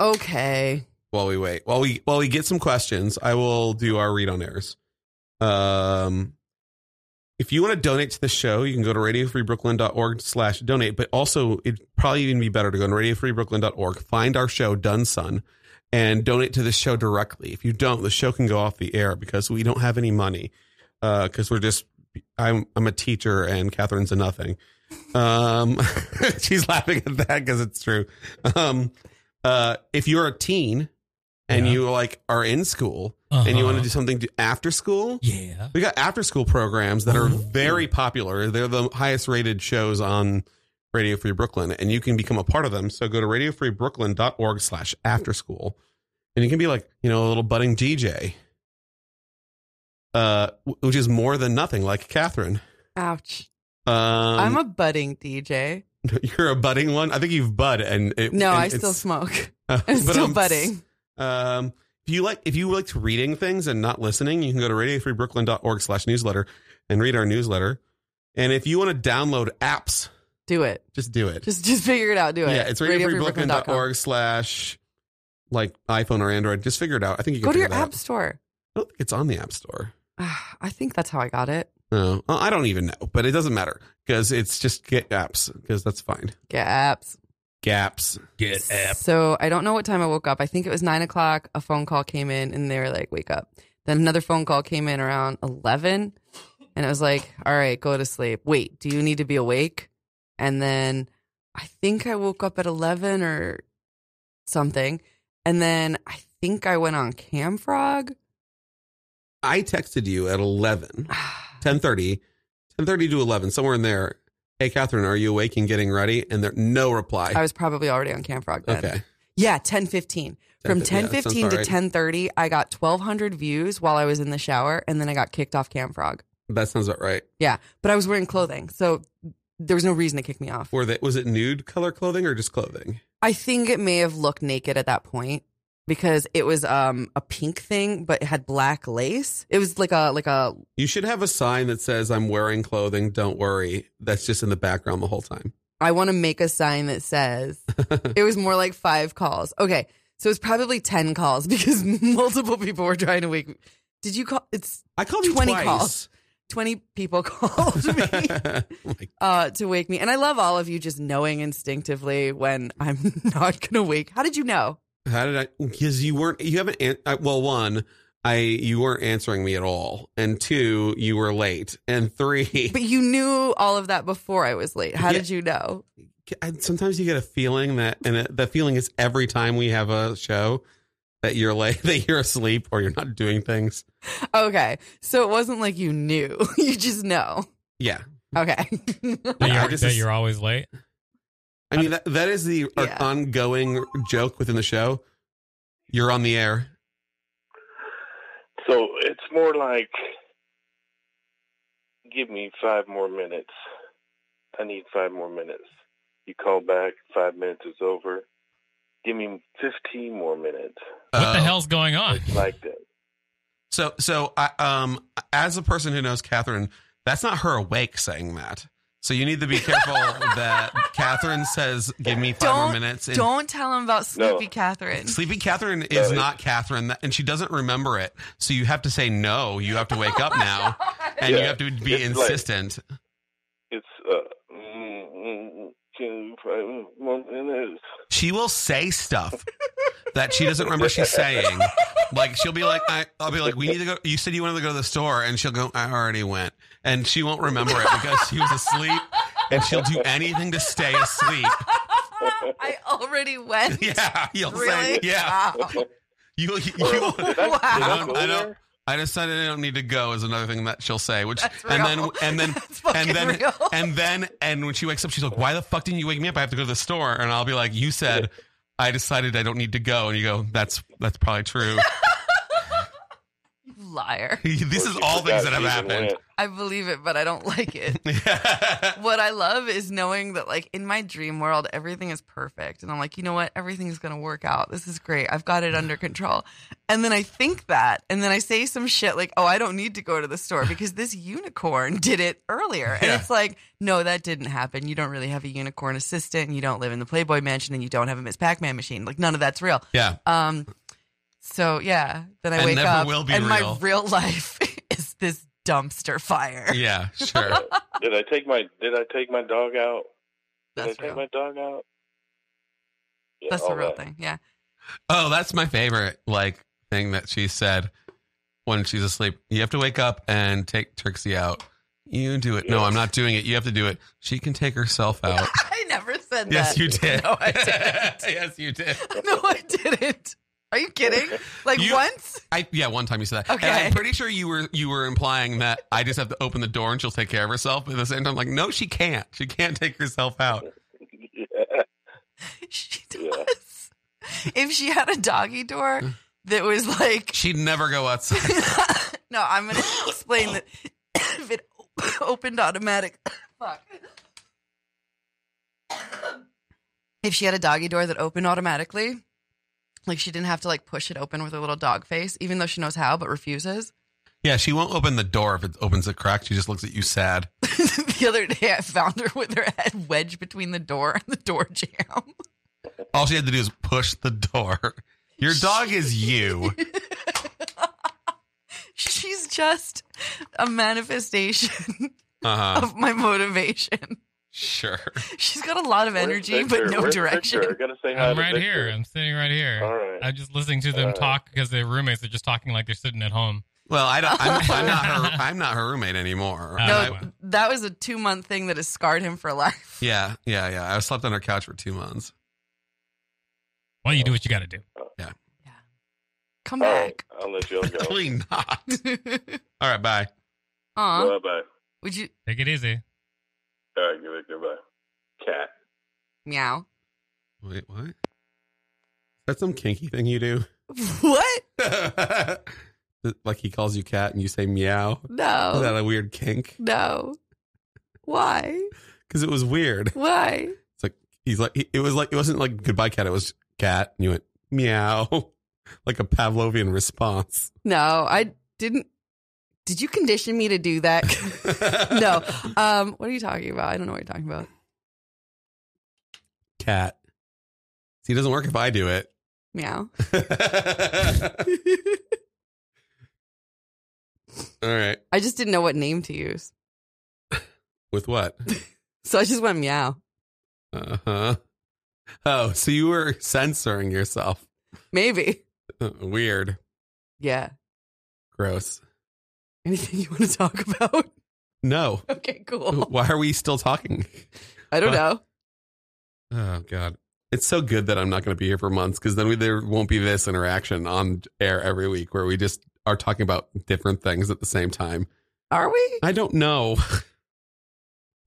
Speaker 3: Okay.
Speaker 2: while we wait. While we while we get some questions, I will do our read on airs. Um, if you want to donate to the show, you can go to radiofreebrooklyn.org slash donate, but also it'd probably even be better to go to radiofreebrooklyn.org, find our show, Done Son, and donate to the show directly. If you don't, the show can go off the air because we don't have any money. Uh, cause we're just, I'm, I'm a teacher and Catherine's a nothing. Um, (laughs) she's laughing at that cause it's true. Um, uh, if you're a teen and
Speaker 4: Yeah. Uh-huh.
Speaker 2: you like are in school and you want to do something to after school,
Speaker 4: Yeah.
Speaker 2: we got after school programs that are
Speaker 3: Mm-hmm.
Speaker 2: very popular. They're the highest rated shows on Radio Free Brooklyn, and you can become a part of them. So go to radiofreebrooklyn.org slash after school. And you can be like, you know, a little budding DJ. Uh wh- which is more than nothing, like Catherine.
Speaker 3: Ouch.
Speaker 2: Um
Speaker 3: I'm a budding DJ.
Speaker 2: (laughs) you're a budding one. I think you've bud and it,
Speaker 3: No,
Speaker 2: and
Speaker 3: I still
Speaker 2: it's-
Speaker 3: smoke.
Speaker 2: uh,
Speaker 3: (laughs)
Speaker 2: (laughs)
Speaker 3: I'm
Speaker 2: but
Speaker 3: still budding.
Speaker 2: Um, if you like, if you liked reading things and not listening, you can go to radiofreebrooklyn.org slash newsletter and read our newsletter. And if you want to download apps,
Speaker 3: Do it.
Speaker 2: just do it.
Speaker 3: Just just figure it out. Do it.
Speaker 2: yeah, it's radiofreebrooklyn.org slash like iPhone or Android. Just figure it out. I think you can
Speaker 3: Go to
Speaker 2: figure
Speaker 3: your
Speaker 2: it out.
Speaker 3: app store. (sighs)
Speaker 2: I don't think it's on the App Store.
Speaker 3: Ah, I think that's how I got it.
Speaker 2: No, I don't even know, but it doesn't matter because it's just get apps because that's fine.
Speaker 3: Get apps.
Speaker 2: Gaps.
Speaker 4: Get
Speaker 3: So I don't know what time I woke up. I think it was nine o'clock. A phone call came in and they were like, wake up. Then another phone call came in around 11 and it was like, all right, go to sleep. Wait, do you need to be awake? And then I think I woke up at 11 or something. And then I think I went on Camfrog. (sighs)
Speaker 2: I texted you at 11. 1030 1030 to 11 somewhere in there hey catherine are you awake and getting ready and there no reply
Speaker 3: I was probably already on Camfrog then.
Speaker 2: okay
Speaker 3: Yeah, 1015. From 1015 to 1030, I got 1200 views while I was in the shower and then I got kicked off Camfrog.
Speaker 2: that sounds about right
Speaker 3: but I was wearing clothing, so there was no reason to kick me off.
Speaker 2: were they was it nude color clothing or just clothing
Speaker 3: I think it may have looked naked at that point because it was um a pink thing, but it had black lace. It was like a like a
Speaker 2: you should have a sign that says i'm wearing clothing don't worry that's just in the background the whole time
Speaker 3: I want to make a sign that says it was more like five calls. Okay, so it's probably ten calls (laughs) because multiple people were trying to wake. me. Did you call? It's
Speaker 2: i called you
Speaker 3: 20
Speaker 2: twice.
Speaker 3: calls. twenty people (laughs) called
Speaker 2: (laughs)
Speaker 3: me.
Speaker 2: Like,
Speaker 3: uh, to wake me. And I love all of you just knowing instinctively when I'm (laughs) not going to wake. How did you know?
Speaker 2: how did i because you weren't you haven't an, I, well one i you weren't answering me at all and two you were late and three
Speaker 3: But you knew all of that before I was late. How
Speaker 2: Yeah.
Speaker 3: did you know?
Speaker 2: I- sometimes you get a feeling that and it- the feeling is every time we have a show that you're late (laughs) that you're asleep or you're not doing things
Speaker 3: Okay. So it wasn't like you knew. (laughs) You just know.
Speaker 2: yeah
Speaker 3: Okay.
Speaker 4: That,
Speaker 2: Yeah, I
Speaker 3: (laughs)
Speaker 4: you're,
Speaker 2: just-
Speaker 4: that you're always late.
Speaker 2: i mean that, that is the uh,
Speaker 3: Yeah.
Speaker 2: ongoing joke within the show you're on the air
Speaker 6: So it's more like, give me five more minutes. I need five more minutes. You call back, five minutes is over. Give me 15 more minutes.
Speaker 4: What
Speaker 2: Uh,
Speaker 4: the hell's going
Speaker 2: (laughs)
Speaker 4: on?
Speaker 6: It's like that.
Speaker 2: so so I, um as a person who knows catherine that's not her awake saying that so you need
Speaker 3: (laughs)
Speaker 2: to be careful that catherine says give me 5 more
Speaker 3: Don't-
Speaker 2: minutes and
Speaker 3: Don't tell him about
Speaker 6: No.
Speaker 3: Sleepy Catherine.
Speaker 2: Sleepy Catherine is
Speaker 6: it-
Speaker 2: not Catherine, that- and she doesn't remember it. So you have to say no. You have to wake up now, and you
Speaker 6: Yeah.
Speaker 2: have to be
Speaker 6: It's like-
Speaker 2: insistent.
Speaker 6: It's, uh, mm, mm, mm, five more minutes.
Speaker 2: She will say stuff that she doesn't remember she's saying. Like she'll be like, I, "I'll be like, we need to go." You said you wanted to go to the store, and she'll go, "I already went," and she won't remember it because she was asleep, and she'll do anything to stay asleep. (laughs)
Speaker 3: (laughs) I already went.
Speaker 2: Yeah, you'll
Speaker 3: Really?
Speaker 2: say, "Yeah,
Speaker 3: Wow.
Speaker 2: (laughs) you." you, you
Speaker 6: Did I- did go
Speaker 2: Wow. (laughs) I don't-
Speaker 6: there?
Speaker 2: I decided I don't need to go is another thing that she'll say, which
Speaker 3: That's
Speaker 2: and then
Speaker 3: real.
Speaker 2: and then
Speaker 3: (laughs) That's fucking
Speaker 2: and then
Speaker 3: real. (laughs)
Speaker 2: and then and when she wakes up, she's like, "Why the fuck didn't you wake me up? I have to go to the store." And I'll be like, "You said I decided I don't need to go," and you go, "That's that's probably true." (laughs)
Speaker 3: You Liar.
Speaker 2: this
Speaker 6: Or
Speaker 2: is
Speaker 6: she
Speaker 2: all things that
Speaker 6: forgot
Speaker 2: have
Speaker 6: she
Speaker 2: happened.
Speaker 6: even
Speaker 3: I believe it, but I don't like it. what I love is knowing that, like, in my dream world, everything is perfect. And I'm like, you know what? Everything's going to work out. This is great. I've got it under control. And then I think that. And then I say some shit like, oh, I don't need to go to the store because this unicorn did it earlier. And
Speaker 2: Yeah.
Speaker 3: it's like, no, that didn't happen. You don't really have a unicorn assistant. And you don't live in the Playboy mansion. And you don't have a Miss Pac Man machine. Like, none of that's real.
Speaker 2: (laughs) yeah,
Speaker 3: Um, so, yeah. Then I
Speaker 2: And
Speaker 3: wake
Speaker 2: never
Speaker 3: up.
Speaker 2: will be
Speaker 3: and
Speaker 2: real.
Speaker 3: my real (laughs) life is this dumpster fire.
Speaker 2: yeah, sure.
Speaker 6: (laughs) Did I take my Did I take my dog out? Did
Speaker 3: That's
Speaker 6: I take
Speaker 3: real.
Speaker 6: my dog out? Yeah,
Speaker 3: That's the
Speaker 6: all
Speaker 3: real
Speaker 6: that.
Speaker 3: thing. Yeah.
Speaker 2: Oh, that's my favorite like thing that she said when she's asleep. You have to wake up and take Trixie out. You do it. No, I'm not doing it. You have to do it. She can take
Speaker 3: (laughs)
Speaker 2: herself out.
Speaker 3: I never said
Speaker 2: Yes,
Speaker 3: (laughs) that.
Speaker 2: you did. (laughs)
Speaker 3: (laughs) No, I didn't.
Speaker 2: yes, you did.
Speaker 3: no, I didn't. Are you kidding? Like
Speaker 2: You-
Speaker 3: once? (laughs)
Speaker 2: I yeah, one time you said that. And
Speaker 3: Okay.
Speaker 2: I'm pretty sure you were you were implying that I just have to open the door and she'll take care of herself. But at the same time, like, no, she can't. She can't take herself out.
Speaker 6: (laughs)
Speaker 7: Yeah.
Speaker 3: She
Speaker 7: Yeah.
Speaker 3: does. If she had a doggy
Speaker 2: Uh.
Speaker 3: door that was like, (laughs)
Speaker 2: She'd never go outside. (laughs)
Speaker 3: no, I'm going to explain that (coughs) if it (coughs) op- opened automatic, (coughs) fuck. If she had a doggy door that opened automatically, like she didn't have to like push it open with her little dog face, even though she knows how but refuses.
Speaker 2: Yeah, she won't open the door if it opens a crack. She just looks at you sad.
Speaker 3: (laughs) the other day, I found her with her head wedged between the door and the door jam. (laughs)
Speaker 2: All she had to do is push the door. (laughs) Your dog is
Speaker 3: (laughs)
Speaker 2: you.
Speaker 3: She's just a manifestation (laughs)
Speaker 2: Uh huh.
Speaker 3: of my motivation.
Speaker 2: Sure.
Speaker 3: She's got a lot of
Speaker 7: Where's
Speaker 3: energy,
Speaker 7: Victor?
Speaker 3: but no
Speaker 7: Where's
Speaker 3: direction.
Speaker 7: Victor? I gotta say hi
Speaker 4: I'm
Speaker 7: to
Speaker 4: right
Speaker 7: Victor.
Speaker 4: here. I'm sitting right here.
Speaker 7: All right.
Speaker 4: I'm just listening to them
Speaker 7: All right.
Speaker 4: talk because their roommates are just talking like they're sitting at home.
Speaker 2: Well, I don't, I'm, I'm not
Speaker 3: (laughs)
Speaker 2: her. I'm not her roommate anymore.
Speaker 4: No.
Speaker 2: I-
Speaker 3: No, that was a two month thing that has scarred him for life.
Speaker 2: yeah, yeah, yeah. I slept on her couch for two months. (laughs)
Speaker 4: Well,
Speaker 7: Oh.
Speaker 4: you do what you got to do.
Speaker 3: Come
Speaker 7: All right,
Speaker 3: back.
Speaker 7: I'll let y'all
Speaker 3: (laughs)
Speaker 7: go.
Speaker 2: Probably not.
Speaker 7: Oh.
Speaker 2: All right, bye.
Speaker 3: Aw.
Speaker 7: Bye bye.
Speaker 3: Would you
Speaker 4: Take it easy.
Speaker 7: All right, Victor. Bye. Cat.
Speaker 3: meow? (laughs)
Speaker 2: Wait, what?
Speaker 8: That's some kinky thing you do.
Speaker 3: What?
Speaker 8: (laughs) like he calls you cat and you say meow. Is that
Speaker 3: No.
Speaker 8: a weird kink?
Speaker 3: No. Why?
Speaker 8: Because it was weird. (laughs)
Speaker 3: Why?
Speaker 8: He's like, he- it was like, it wasn't like goodbye cat. It was cat, and you went meow, (laughs) like a Pavlovian response.
Speaker 3: No, I didn't. Did you condition me to do that?
Speaker 8: (laughs)
Speaker 3: (laughs) no. Um, what are you talking about? I don't know what you're talking about.
Speaker 8: cat.
Speaker 2: See, it doesn't work if I
Speaker 8: (laughs)
Speaker 2: do it.
Speaker 3: Meow.
Speaker 2: All right.
Speaker 3: I just didn't know what name to use.
Speaker 2: With what?
Speaker 3: So I just went meow.
Speaker 2: Uh
Speaker 8: Uh-huh.
Speaker 2: huh. Oh, so you were
Speaker 8: (laughs)
Speaker 2: censoring yourself.
Speaker 3: Maybe.
Speaker 2: Weird.
Speaker 3: Yeah.
Speaker 2: Gross.
Speaker 3: Anything you want to talk (laughs) about?
Speaker 2: No.
Speaker 3: Okay,
Speaker 2: (laughs)
Speaker 3: cool.
Speaker 2: Why are we still talking?
Speaker 3: I
Speaker 2: uh,
Speaker 3: don't know.
Speaker 2: Oh God. It's so good that I'm not going to be here for months because then we, there won't be this interaction on air every week where we just are talking about different things at the same time.
Speaker 3: Are we?
Speaker 2: I don't know.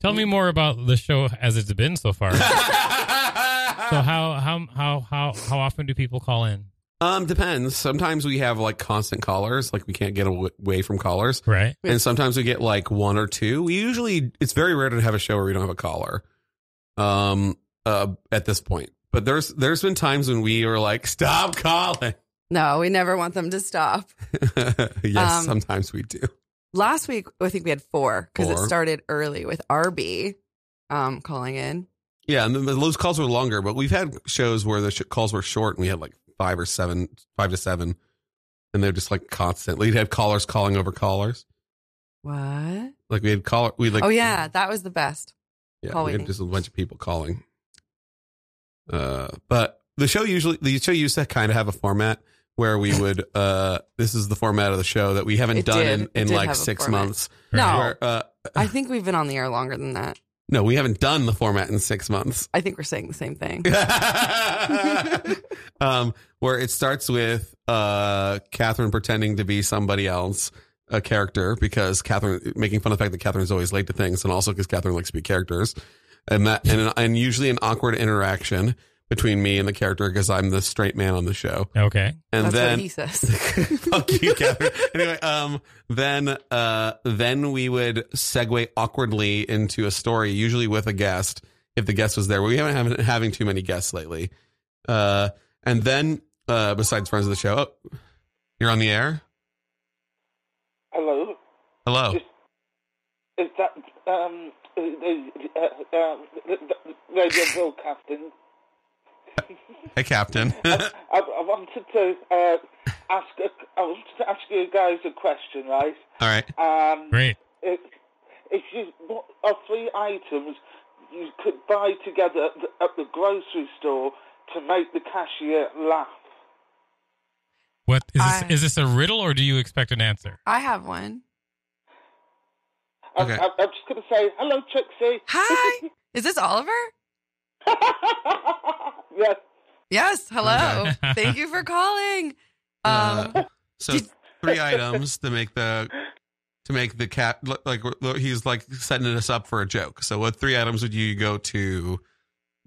Speaker 4: Tell me more about the show as it's been so
Speaker 7: (laughs)
Speaker 4: far. so how how how how how often do people call in?
Speaker 2: (laughs) um, depends. Sometimes we have like constant callers, like we can't get aw- away from callers,
Speaker 4: Right.
Speaker 2: and sometimes we get like one or two. We usually it's very rare to have a show where we don't have a caller. Um, uh, at this point, but there's there's been times when we were like, stop calling.
Speaker 3: No, we never want them to stop.
Speaker 2: (laughs) yes,
Speaker 3: Um,
Speaker 2: sometimes we do.
Speaker 3: Last week, I think we had four because it
Speaker 2: Four.
Speaker 3: started early with RB um, calling in.
Speaker 2: Yeah, and then those calls were longer, but we've had shows where the sh- calls were short, and we had like five or seven, five to seven, and they're just like constantly. We'd have callers calling over callers.
Speaker 3: What?
Speaker 2: Like we had caller, we like
Speaker 3: oh, yeah. That was the best.
Speaker 2: yeah,
Speaker 3: call
Speaker 2: we had
Speaker 3: waiting.
Speaker 2: just a bunch of people calling. Uh, but the show usually the show used to kind of have a format where we would uh, this is the format of the show that we haven't
Speaker 3: It
Speaker 2: done
Speaker 3: did. It
Speaker 2: in, in
Speaker 3: did
Speaker 2: like
Speaker 3: have a
Speaker 2: six
Speaker 3: format. Oh.
Speaker 2: months.
Speaker 3: No.
Speaker 2: Where, uh,
Speaker 3: I think we've been on the air longer than that.
Speaker 2: no, we haven't done the format in six months.
Speaker 3: I think we're saying the same thing.
Speaker 2: (laughs) um, where it starts with uh, Catherine pretending to be somebody else, a character, because Catherine making fun of the fact that Catherine's always late to things, and also because Catherine likes to be characters, and that and and usually an awkward interaction between me and the character because I'm the straight man on the show,
Speaker 4: Okay.
Speaker 2: and
Speaker 3: That's
Speaker 2: then
Speaker 3: what he says.
Speaker 2: (laughs) Fuck you, Catherine. anyway, um, then uh, then we would segue awkwardly into a story, usually with a guest, if the guest was there. We haven't been having too many guests lately. Uh, and then uh, besides friends of the show, oh, you're on the air.
Speaker 7: Hello.
Speaker 2: Hello.
Speaker 7: Is that um uh, uh, um radio broadcasting?
Speaker 2: Hey, Captain. (laughs)
Speaker 7: I, I wanted to uh, ask a, I wanted to ask you guys a question, right?
Speaker 2: All right.
Speaker 7: Um,
Speaker 4: Great.
Speaker 7: If, if you bought uh, three items you could buy together at the, at the grocery store to make the cashier laugh.
Speaker 4: What is this?
Speaker 3: I-
Speaker 4: Is this a riddle or do you expect an answer?
Speaker 3: (laughs) I have one.
Speaker 7: I'm,
Speaker 2: Okay.
Speaker 7: I'm, I'm just going to say, hello, Trixie.
Speaker 3: Hi. Is this Oliver?
Speaker 7: (laughs) yes.
Speaker 3: Yes.
Speaker 2: (laughs)
Speaker 3: Hello. Thank you for calling. Um,
Speaker 2: Uh, so three items to make the to make the cat look like look, he's like setting us up for a joke. So what three items would you go to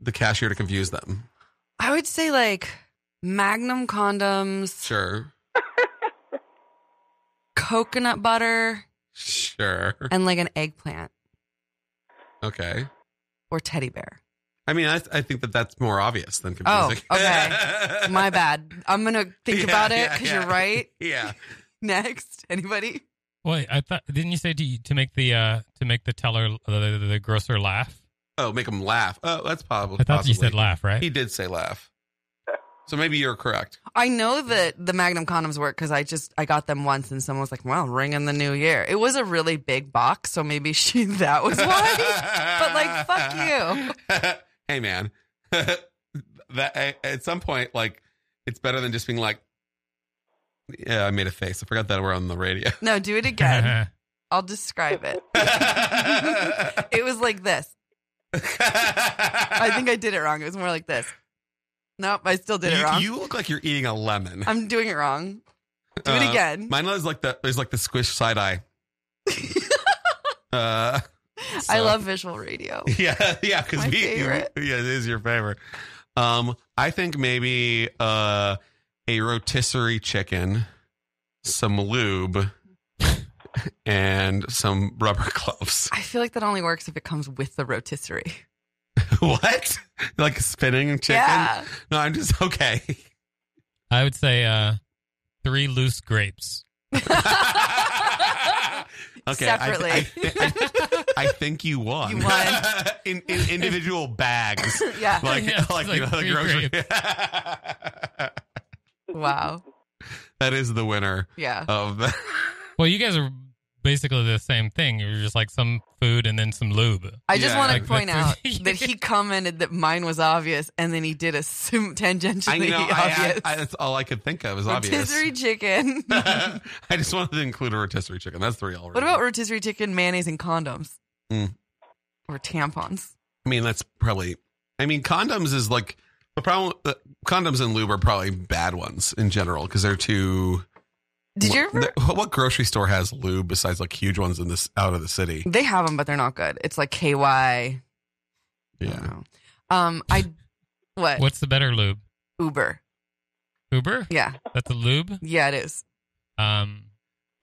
Speaker 2: the cashier to confuse them?
Speaker 3: I would say like Magnum condoms,
Speaker 2: Sure,
Speaker 3: coconut butter,
Speaker 2: sure,
Speaker 3: and like an eggplant
Speaker 2: (laughs) okay.
Speaker 3: or teddy bear.
Speaker 2: I mean, I I think that that's more obvious than confusing.
Speaker 3: Oh,
Speaker 2: (laughs)
Speaker 3: okay. My bad. I'm gonna think
Speaker 2: Yeah,
Speaker 3: about it
Speaker 2: yeah,
Speaker 3: because
Speaker 2: yeah.
Speaker 3: you're right. (laughs)
Speaker 2: yeah.
Speaker 3: Next, anybody?
Speaker 4: Wait, I thought didn't you say to, to make the uh to make the teller the, the, the grocer laugh?
Speaker 2: Oh, make him laugh. Oh, that's probably.
Speaker 4: I thought
Speaker 2: possibly-
Speaker 4: you said laugh, right?
Speaker 2: He did say laugh. So maybe you're
Speaker 3: (laughs)
Speaker 2: correct.
Speaker 3: I know that the Magnum condoms work because I just I got them once and someone was like, "Well, ring in the new year." It was a really big box, so maybe she (laughs) that was why.
Speaker 2: (laughs) but
Speaker 3: like, fuck
Speaker 2: (laughs)
Speaker 3: you.
Speaker 2: hey, man. that I, at some point, like, it's better than just being like, "Yeah, I made a face. I forgot that we're on the
Speaker 3: (laughs)
Speaker 2: radio." (laughs)
Speaker 3: no, do it again. I'll describe it.
Speaker 2: I
Speaker 3: It was like this. I think I did it wrong. It was more like this. Nope, I still did
Speaker 2: you,
Speaker 3: it wrong.
Speaker 2: you look like you're eating a lemon.
Speaker 3: I'm doing it wrong. Do it
Speaker 2: Uh,
Speaker 3: (laughs) again.
Speaker 2: Mine is like the is like the squish side eye. uh,
Speaker 3: I
Speaker 2: so-
Speaker 3: love visual radio.
Speaker 2: (laughs) Yeah, yeah, because
Speaker 3: My
Speaker 2: we,
Speaker 3: favorite.
Speaker 2: yeah, it is your favorite. Um, I think maybe uh, a rotisserie chicken, some lube, and some rubber (laughs) gloves.
Speaker 3: I feel like that only works if it comes with the rotisserie.
Speaker 2: what? Like a spinning chicken? (laughs)
Speaker 3: Yeah.
Speaker 2: No, I'm just
Speaker 3: (laughs)
Speaker 2: okay.
Speaker 4: (laughs) I would say uh three loose grapes.
Speaker 2: Okay,
Speaker 3: Separately.
Speaker 2: I, th- I, th- I, th- I think you won.
Speaker 3: You won.
Speaker 2: (laughs) in, in individual bags,
Speaker 3: (laughs) (laughs) yeah.
Speaker 2: like
Speaker 4: Yeah, it's
Speaker 2: like,
Speaker 4: like
Speaker 2: you know,
Speaker 4: three
Speaker 2: the
Speaker 3: (laughs)
Speaker 2: grocery.
Speaker 3: Wow.
Speaker 2: that is the winner
Speaker 3: Yeah.
Speaker 2: of the.
Speaker 4: Well, you guys are basically the same thing. You're just like some food and then some lube.
Speaker 3: I just
Speaker 2: Yeah.
Speaker 3: want
Speaker 4: Like,
Speaker 3: to point out
Speaker 2: (laughs)
Speaker 4: that's-
Speaker 3: that he commented that mine was obvious, and then he did a sim- tangentially
Speaker 2: (laughs) I you know. I,
Speaker 3: obvious
Speaker 2: I, I, that's all I could think of is
Speaker 3: rotisserie
Speaker 2: obvious.
Speaker 3: chicken.
Speaker 2: (laughs) I just wanted to include a rotisserie chicken. That's the real.
Speaker 3: what about rotisserie chicken, mayonnaise, and condoms,
Speaker 2: Mm.
Speaker 3: or tampons?
Speaker 2: I mean, that's probably. I mean, condoms is like the problem. Uh, condoms and lube are probably bad ones in general because they're too.
Speaker 3: Did you
Speaker 2: what,
Speaker 3: ever?
Speaker 2: th- what grocery store has lube besides like huge ones in this out of the city?
Speaker 3: They have them, but they're not good. It's like KY. I don't
Speaker 2: Yeah.
Speaker 3: know. Um. I.
Speaker 2: (laughs)
Speaker 3: What?
Speaker 4: What's the better lube?
Speaker 3: Uber.
Speaker 4: Uber?
Speaker 3: Uh, Yeah.
Speaker 4: That's a lube?
Speaker 3: Yeah. It is.
Speaker 4: Um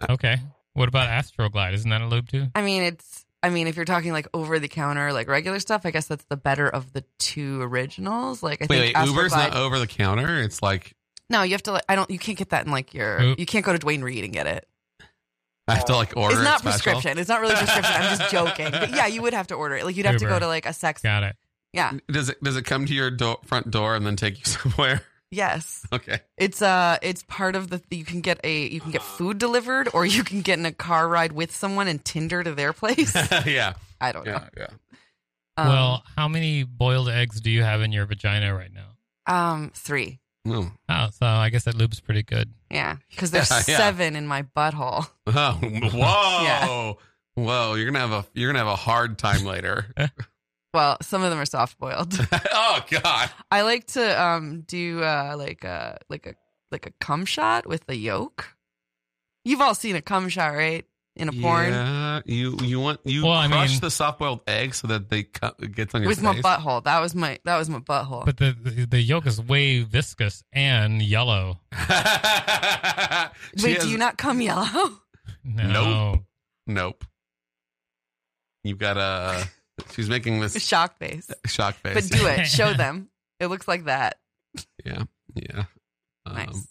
Speaker 4: Okay. What about Astroglide? Isn't that a lube too?
Speaker 3: I mean, it's. I mean, if you're talking like over the counter, like regular stuff, I guess that's the better of the two originals. Like I
Speaker 2: Wait,
Speaker 3: think
Speaker 2: wait Uber's
Speaker 3: Astroglide-
Speaker 2: not over the counter. It's like
Speaker 3: No, you have to. like I don't. You can't get that in like your.
Speaker 4: Oop.
Speaker 3: You can't go to Dwayne Reed and get it.
Speaker 2: I have to like order.
Speaker 3: It's not
Speaker 2: it special.
Speaker 3: prescription. It's not really prescription.
Speaker 2: (laughs)
Speaker 3: I'm just joking. But yeah, you would have to order it. Like you'd have to
Speaker 4: Uber.
Speaker 3: go to like a sex.
Speaker 4: Got it.
Speaker 3: Yeah.
Speaker 2: Does it does it come to your do- front door and then take you (laughs) somewhere?
Speaker 3: Yes.
Speaker 2: Okay. (laughs)
Speaker 3: It's uh. It's part of the. You can get a. You can get
Speaker 2: Uh-huh.
Speaker 3: food delivered, or you can get in a car ride with someone and Tinder to their place.
Speaker 2: (laughs)
Speaker 3: (laughs)
Speaker 2: yeah.
Speaker 3: I don't know.
Speaker 2: Yeah. Yeah.
Speaker 3: Um,
Speaker 4: well, how many boiled eggs do you have in your vagina right now?
Speaker 3: um, three.
Speaker 2: Oh.
Speaker 4: Oh, so I guess that lube's pretty good.
Speaker 3: Yeah,
Speaker 2: (laughs)
Speaker 3: because there's
Speaker 2: Yeah, yeah.
Speaker 3: seven in my butthole.
Speaker 2: Oh, whoa.
Speaker 3: Yeah.
Speaker 2: Whoa, you're gonna have a you're gonna have a hard time later. (laughs)
Speaker 3: Well, some of them are soft boiled.
Speaker 2: oh God!
Speaker 3: I like to um do uh like a like a like a cum shot with a yolk. You've all seen a cum shot, right? In a porn
Speaker 2: Yeah, you you want you
Speaker 4: Well, I
Speaker 2: crush
Speaker 4: mean-
Speaker 2: the soft boiled egg so that they co- it gets on your
Speaker 3: with
Speaker 2: face.
Speaker 3: my butthole. That was my that was my butthole.
Speaker 4: But the, the the yolk is way viscous and yellow.
Speaker 2: (laughs) She
Speaker 3: Wait,
Speaker 2: has-
Speaker 3: do you not cum yellow? (laughs)
Speaker 4: No.
Speaker 2: Nope. Nope. You've got a. She's making
Speaker 3: (laughs)
Speaker 2: this
Speaker 3: Shock face.
Speaker 2: shock face.
Speaker 3: But do it. Show them. It looks like that.
Speaker 2: Yeah. Um,
Speaker 3: Nice.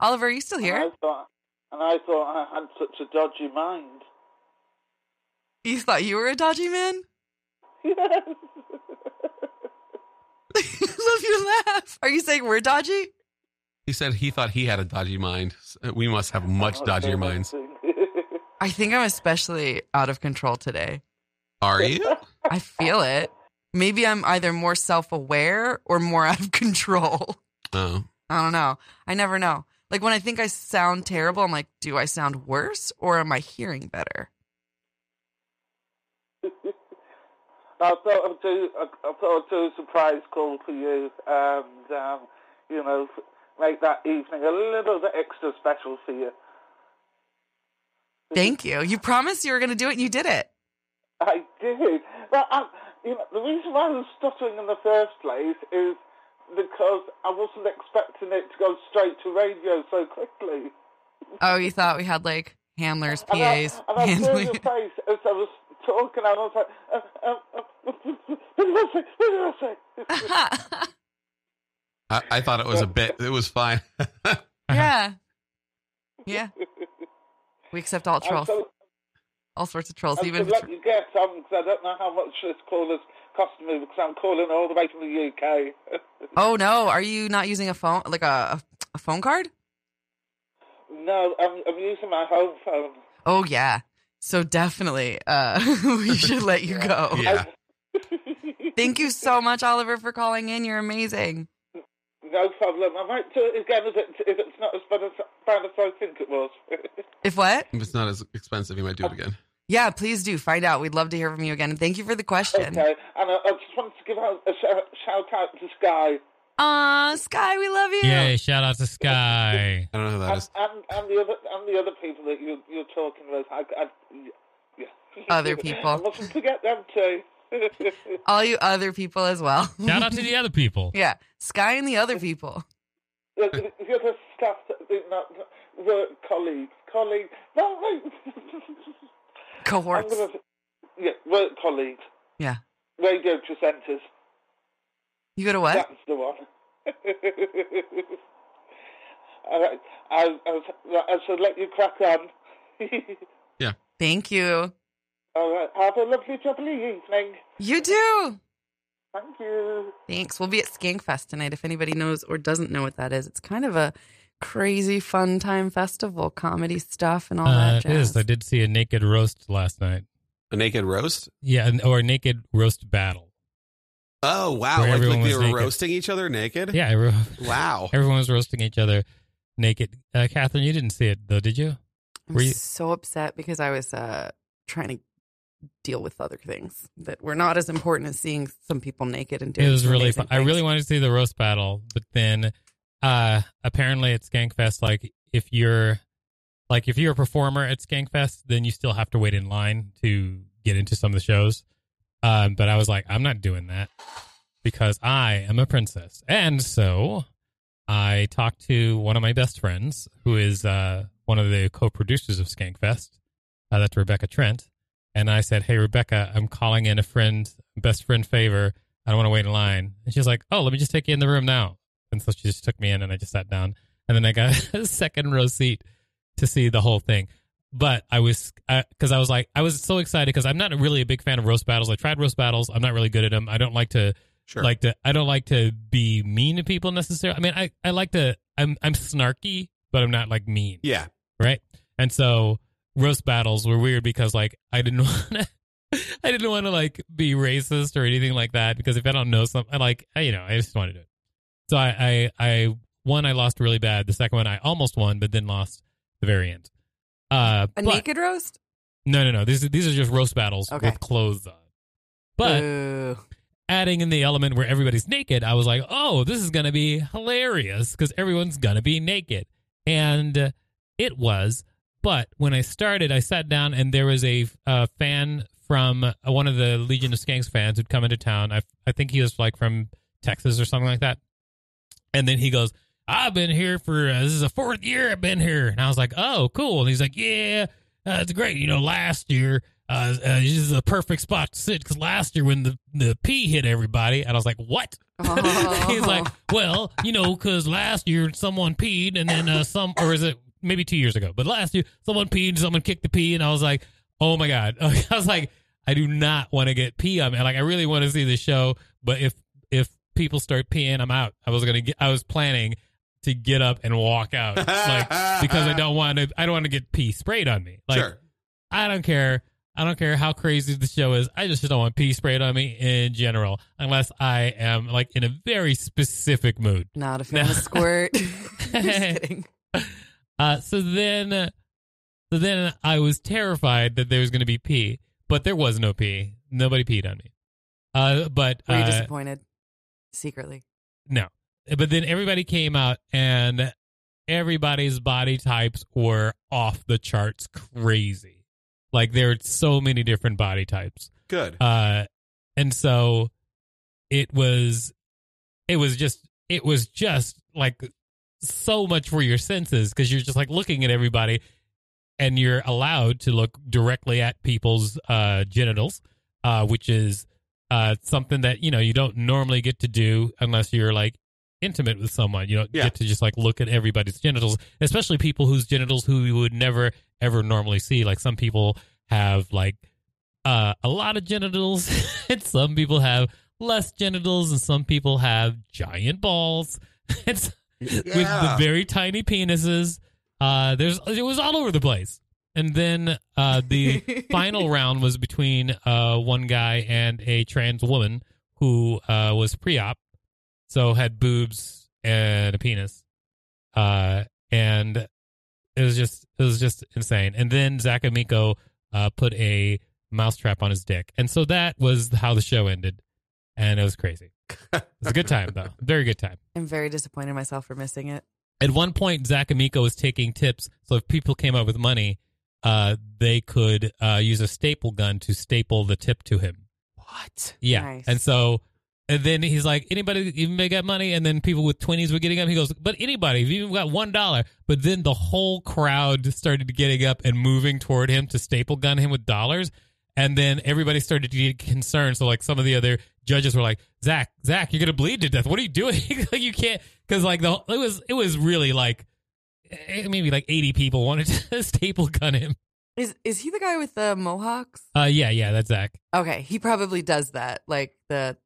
Speaker 3: Oliver, are you still here?
Speaker 7: And I thought, and I thought I had such a dodgy mind. (laughs)
Speaker 3: You thought you were a dodgy man? (laughs) Love your laugh. Are you saying we're dodgy?
Speaker 2: He said he thought he had a dodgy mind. We must have
Speaker 7: Oh,
Speaker 2: much dodgier minds.
Speaker 7: (laughs)
Speaker 3: I think I'm especially out of control today.
Speaker 2: Are you?
Speaker 3: I feel it. Maybe I'm either more self aware or more (laughs) out of control.
Speaker 2: Oh.
Speaker 3: I don't know. I never know. Like when I think I sound terrible, I'm like, do I sound worse or am I hearing better?
Speaker 7: I thought I'd do, I, I thought I'd do a surprise call for you, and um, you know, make that evening a little bit extra special for you.
Speaker 3: Thank you. You promised you were going to do it and you did it.
Speaker 7: I did. But I, you know, the reason why I was stuttering in the first place is because I wasn't expecting it to go straight to radio so quickly.
Speaker 3: Oh, you thought we had like handlers,
Speaker 7: And I,
Speaker 3: PAs, (laughs)
Speaker 7: and I saw
Speaker 3: handling.
Speaker 7: your face as I was talking, and I was like, uh, uh, uh, what did I say? What did
Speaker 3: (laughs)
Speaker 7: I say?
Speaker 9: I, I thought it was a bit. It was fine. (laughs)
Speaker 4: Uh-huh.
Speaker 3: yeah. Yeah. (laughs) We accept all
Speaker 7: I'm
Speaker 3: trolls,
Speaker 7: so,
Speaker 3: all sorts of trolls,
Speaker 7: I'm
Speaker 3: even
Speaker 7: going
Speaker 3: the
Speaker 7: to
Speaker 3: tr-
Speaker 7: let you get on because I don't know how much this call has cost me because I'm calling all the way from the UK.
Speaker 3: Oh no, are you not using a phone like a a phone card?
Speaker 7: (laughs) no, I'm, I'm using my home phone.
Speaker 3: Oh yeah. So definitely uh (laughs) we should let
Speaker 7: (laughs)
Speaker 3: you go.
Speaker 9: yeah.
Speaker 3: Thank you so much Oliver for calling in. You're amazing.
Speaker 7: No problem. I might do it again if, it, if it's not as bad as, bad as I think it was. (laughs)
Speaker 3: If what?
Speaker 9: If it's not as expensive, you might do it again.
Speaker 3: Yeah, please do find out. We'd love to hear from you again. And thank you for the question.
Speaker 7: okay, and I, I just wanted to give out a shout, shout out to Sky
Speaker 3: Aw, Sky, we love you.
Speaker 4: Yay! Shout out
Speaker 3: (laughs)
Speaker 4: to Sky.
Speaker 9: I don't know who that
Speaker 7: and,
Speaker 9: is.
Speaker 7: and, and the other and the other people that you, you're talking with. I, I, yeah. (laughs)
Speaker 3: Other people.
Speaker 7: I mustn't forget them (laughs) too.
Speaker 3: All you other people as well.
Speaker 4: Shout out to the other people.
Speaker 3: (laughs) yeah. Sky and the other people.
Speaker 7: the, the, the other staff, that, the, not, work colleagues, colleagues. No, wait. (laughs) I'm
Speaker 3: Cohorts.
Speaker 7: gonna, yeah, work colleagues,
Speaker 3: Yeah.
Speaker 7: radio presenters.
Speaker 3: You go to what?
Speaker 7: That's the one. (laughs) All right, I, I, I shall let you crack on. (laughs)
Speaker 3: Thank you.
Speaker 7: All right, have a lovely, jubbly evening.
Speaker 3: You too.
Speaker 7: Thank you.
Speaker 3: Thanks. We'll be at Skankfest tonight. If anybody knows or doesn't know what that is, it's kind of a crazy fun time festival, comedy stuff and all
Speaker 4: Uh,
Speaker 3: that
Speaker 4: it is.
Speaker 3: jazz.
Speaker 4: I did see a naked roast last night.
Speaker 9: A naked roast?
Speaker 4: Yeah, and- or a naked roast battle.
Speaker 9: Oh wow!
Speaker 4: Where
Speaker 9: Like,
Speaker 4: everyone
Speaker 9: like they
Speaker 4: was
Speaker 9: were
Speaker 4: naked.
Speaker 9: roasting each other naked.
Speaker 4: Yeah, everyone,
Speaker 9: Wow.
Speaker 4: (laughs) everyone was roasting each other naked. Uh, Catherine, you didn't see it though, did you?
Speaker 3: I'm
Speaker 4: Were you-
Speaker 3: so upset because I was uh, trying to deal with other things that were not as important as seeing some people naked and doing
Speaker 4: it was
Speaker 3: some
Speaker 4: really.
Speaker 3: amazing
Speaker 4: Fun. I
Speaker 3: things.
Speaker 4: really wanted to see the roast battle, but then uh, apparently at Skankfest, like if you're like if you're a performer at Skankfest, then you still have to wait in line to get into some of the shows. Um, but I was like, I'm not doing that because I am a princess, and so I talked to one of my best friends, who is uh, one of the co-producers of Skankfest. Uh, that's Rebecca Trent, and I said, "Hey, Rebecca, I'm calling in a friend, best friend favor. I don't want to wait in line." And she's like, "Oh, let me just take you in the room now." And so she just took me in, and I just sat down, and then I got (laughs) a second row seat to see the whole thing. But I was because I was like, I was so excited because I'm not really a big fan of roast battles. I tried roast battles. I'm not really good at them. I don't like to
Speaker 9: Sure.
Speaker 4: like to I don't like to be mean to people necessarily. I mean, I I like to I'm I'm snarky, but I'm not like mean,
Speaker 9: yeah.
Speaker 4: right? And so roast battles were weird because like I didn't (laughs) want to I didn't want to like be racist or anything like that because if I don't know something, I like I, you know I just want to do it. So I I I one I lost really bad. The second one I almost won, but then lost the very end. Uh,
Speaker 3: a
Speaker 4: but-
Speaker 3: naked roast.
Speaker 4: No, no, no. These are- these are just roast battles
Speaker 3: Okay.
Speaker 4: with clothes on. But
Speaker 3: Boo.
Speaker 4: adding in the element where everybody's naked, I was like, oh, this is going to be hilarious because everyone's going to be naked. And uh, it was. But when I started, I sat down and there was a uh, fan from uh, one of the Legion of Skanks fans who'd come into town. I, I think he was like from Texas or something like that. And then he goes, I've been here for, uh, this is the fourth year I've been here. And I was like, oh, cool. And he's like, yeah, uh, it's great. You know, last year, uh, uh, this is a perfect spot to sit because last year when the, the pee hit everybody, and I was like, what? (laughs)
Speaker 3: Oh.
Speaker 4: (laughs) He's like, well, you know, because last year someone peed and then uh, some, or is it maybe two years ago? But last year someone peed, someone kicked the pee, and I was like, oh my god, (laughs) I was like, I do not want to get pee on me. Like, I really want to see the show, but if if people start peeing, I'm out. I was gonna get, I was planning to get up and walk
Speaker 2: (laughs)
Speaker 4: out, like
Speaker 9: (laughs)
Speaker 4: because I don't want to, I don't want to get pee sprayed on me. Like,
Speaker 9: sure.
Speaker 4: I don't care. I don't care how crazy the show is. I just don't want pee sprayed on me in general, unless I am like in a very specific mood.
Speaker 3: (laughs) not a fan of squirt. (laughs)
Speaker 4: (laughs)
Speaker 3: Just kidding.
Speaker 4: Uh, so then, so then I was terrified that there was going to be pee, but there was no pee. Nobody peed on me. Uh, but
Speaker 3: Were you
Speaker 4: uh,
Speaker 3: disappointed secretly?
Speaker 4: no, But then everybody came out and everybody's body types were off the charts crazy. Like there are so many different body types.
Speaker 9: Good.
Speaker 4: Uh, and so it was, it was just, it was just like so much for your senses because you're just like looking at everybody and you're allowed to look directly at people's uh, genitals, uh, which is uh, something that, you know, you don't normally get to do unless you're like intimate with someone. You don't
Speaker 9: Yeah.
Speaker 4: get to just like look at everybody's genitals, especially people whose genitals who you would never ever normally see. Like some people have like uh, a lot of genitals, (laughs) and some people have less genitals, and some people have giant balls. (laughs) It's with the
Speaker 9: Yeah.
Speaker 4: very tiny penises. Uh, there's it was all over the place. And then uh,
Speaker 3: (laughs)
Speaker 4: the final round was between uh, one guy and a trans woman who uh, was pre-op, so had boobs and a penis, uh, and it was just it was just insane. And then Zach Amico uh, put a mousetrap on his dick, and so that was how the show ended, and it was crazy. It was a good time though, very good time.
Speaker 3: I'm very disappointed in myself for missing it.
Speaker 4: At one point, Zach Amico was taking tips. So if people came up with money, uh, they could uh, use a staple gun to staple the tip to him.
Speaker 9: What?
Speaker 4: Yeah.
Speaker 3: Nice.
Speaker 4: And so, and then he's like, anybody, anybody got money? And then people with 20s were getting up. He goes, but anybody, if you even got $1. But then the whole crowd started getting up and moving toward him to staple gun him with dollars. And then everybody started to get concerned. So, like, some of the other judges were like, Zach, Zach, you're going to bleed to death. What are you doing? (laughs) like, you can't, cause like the, it was, it was really like, eh, maybe like 80 people wanted to (laughs) staple gun him.
Speaker 3: Is is he the guy with the mohawks?
Speaker 4: Uh, yeah, yeah, that's Zach.
Speaker 3: Okay, he probably does that, like the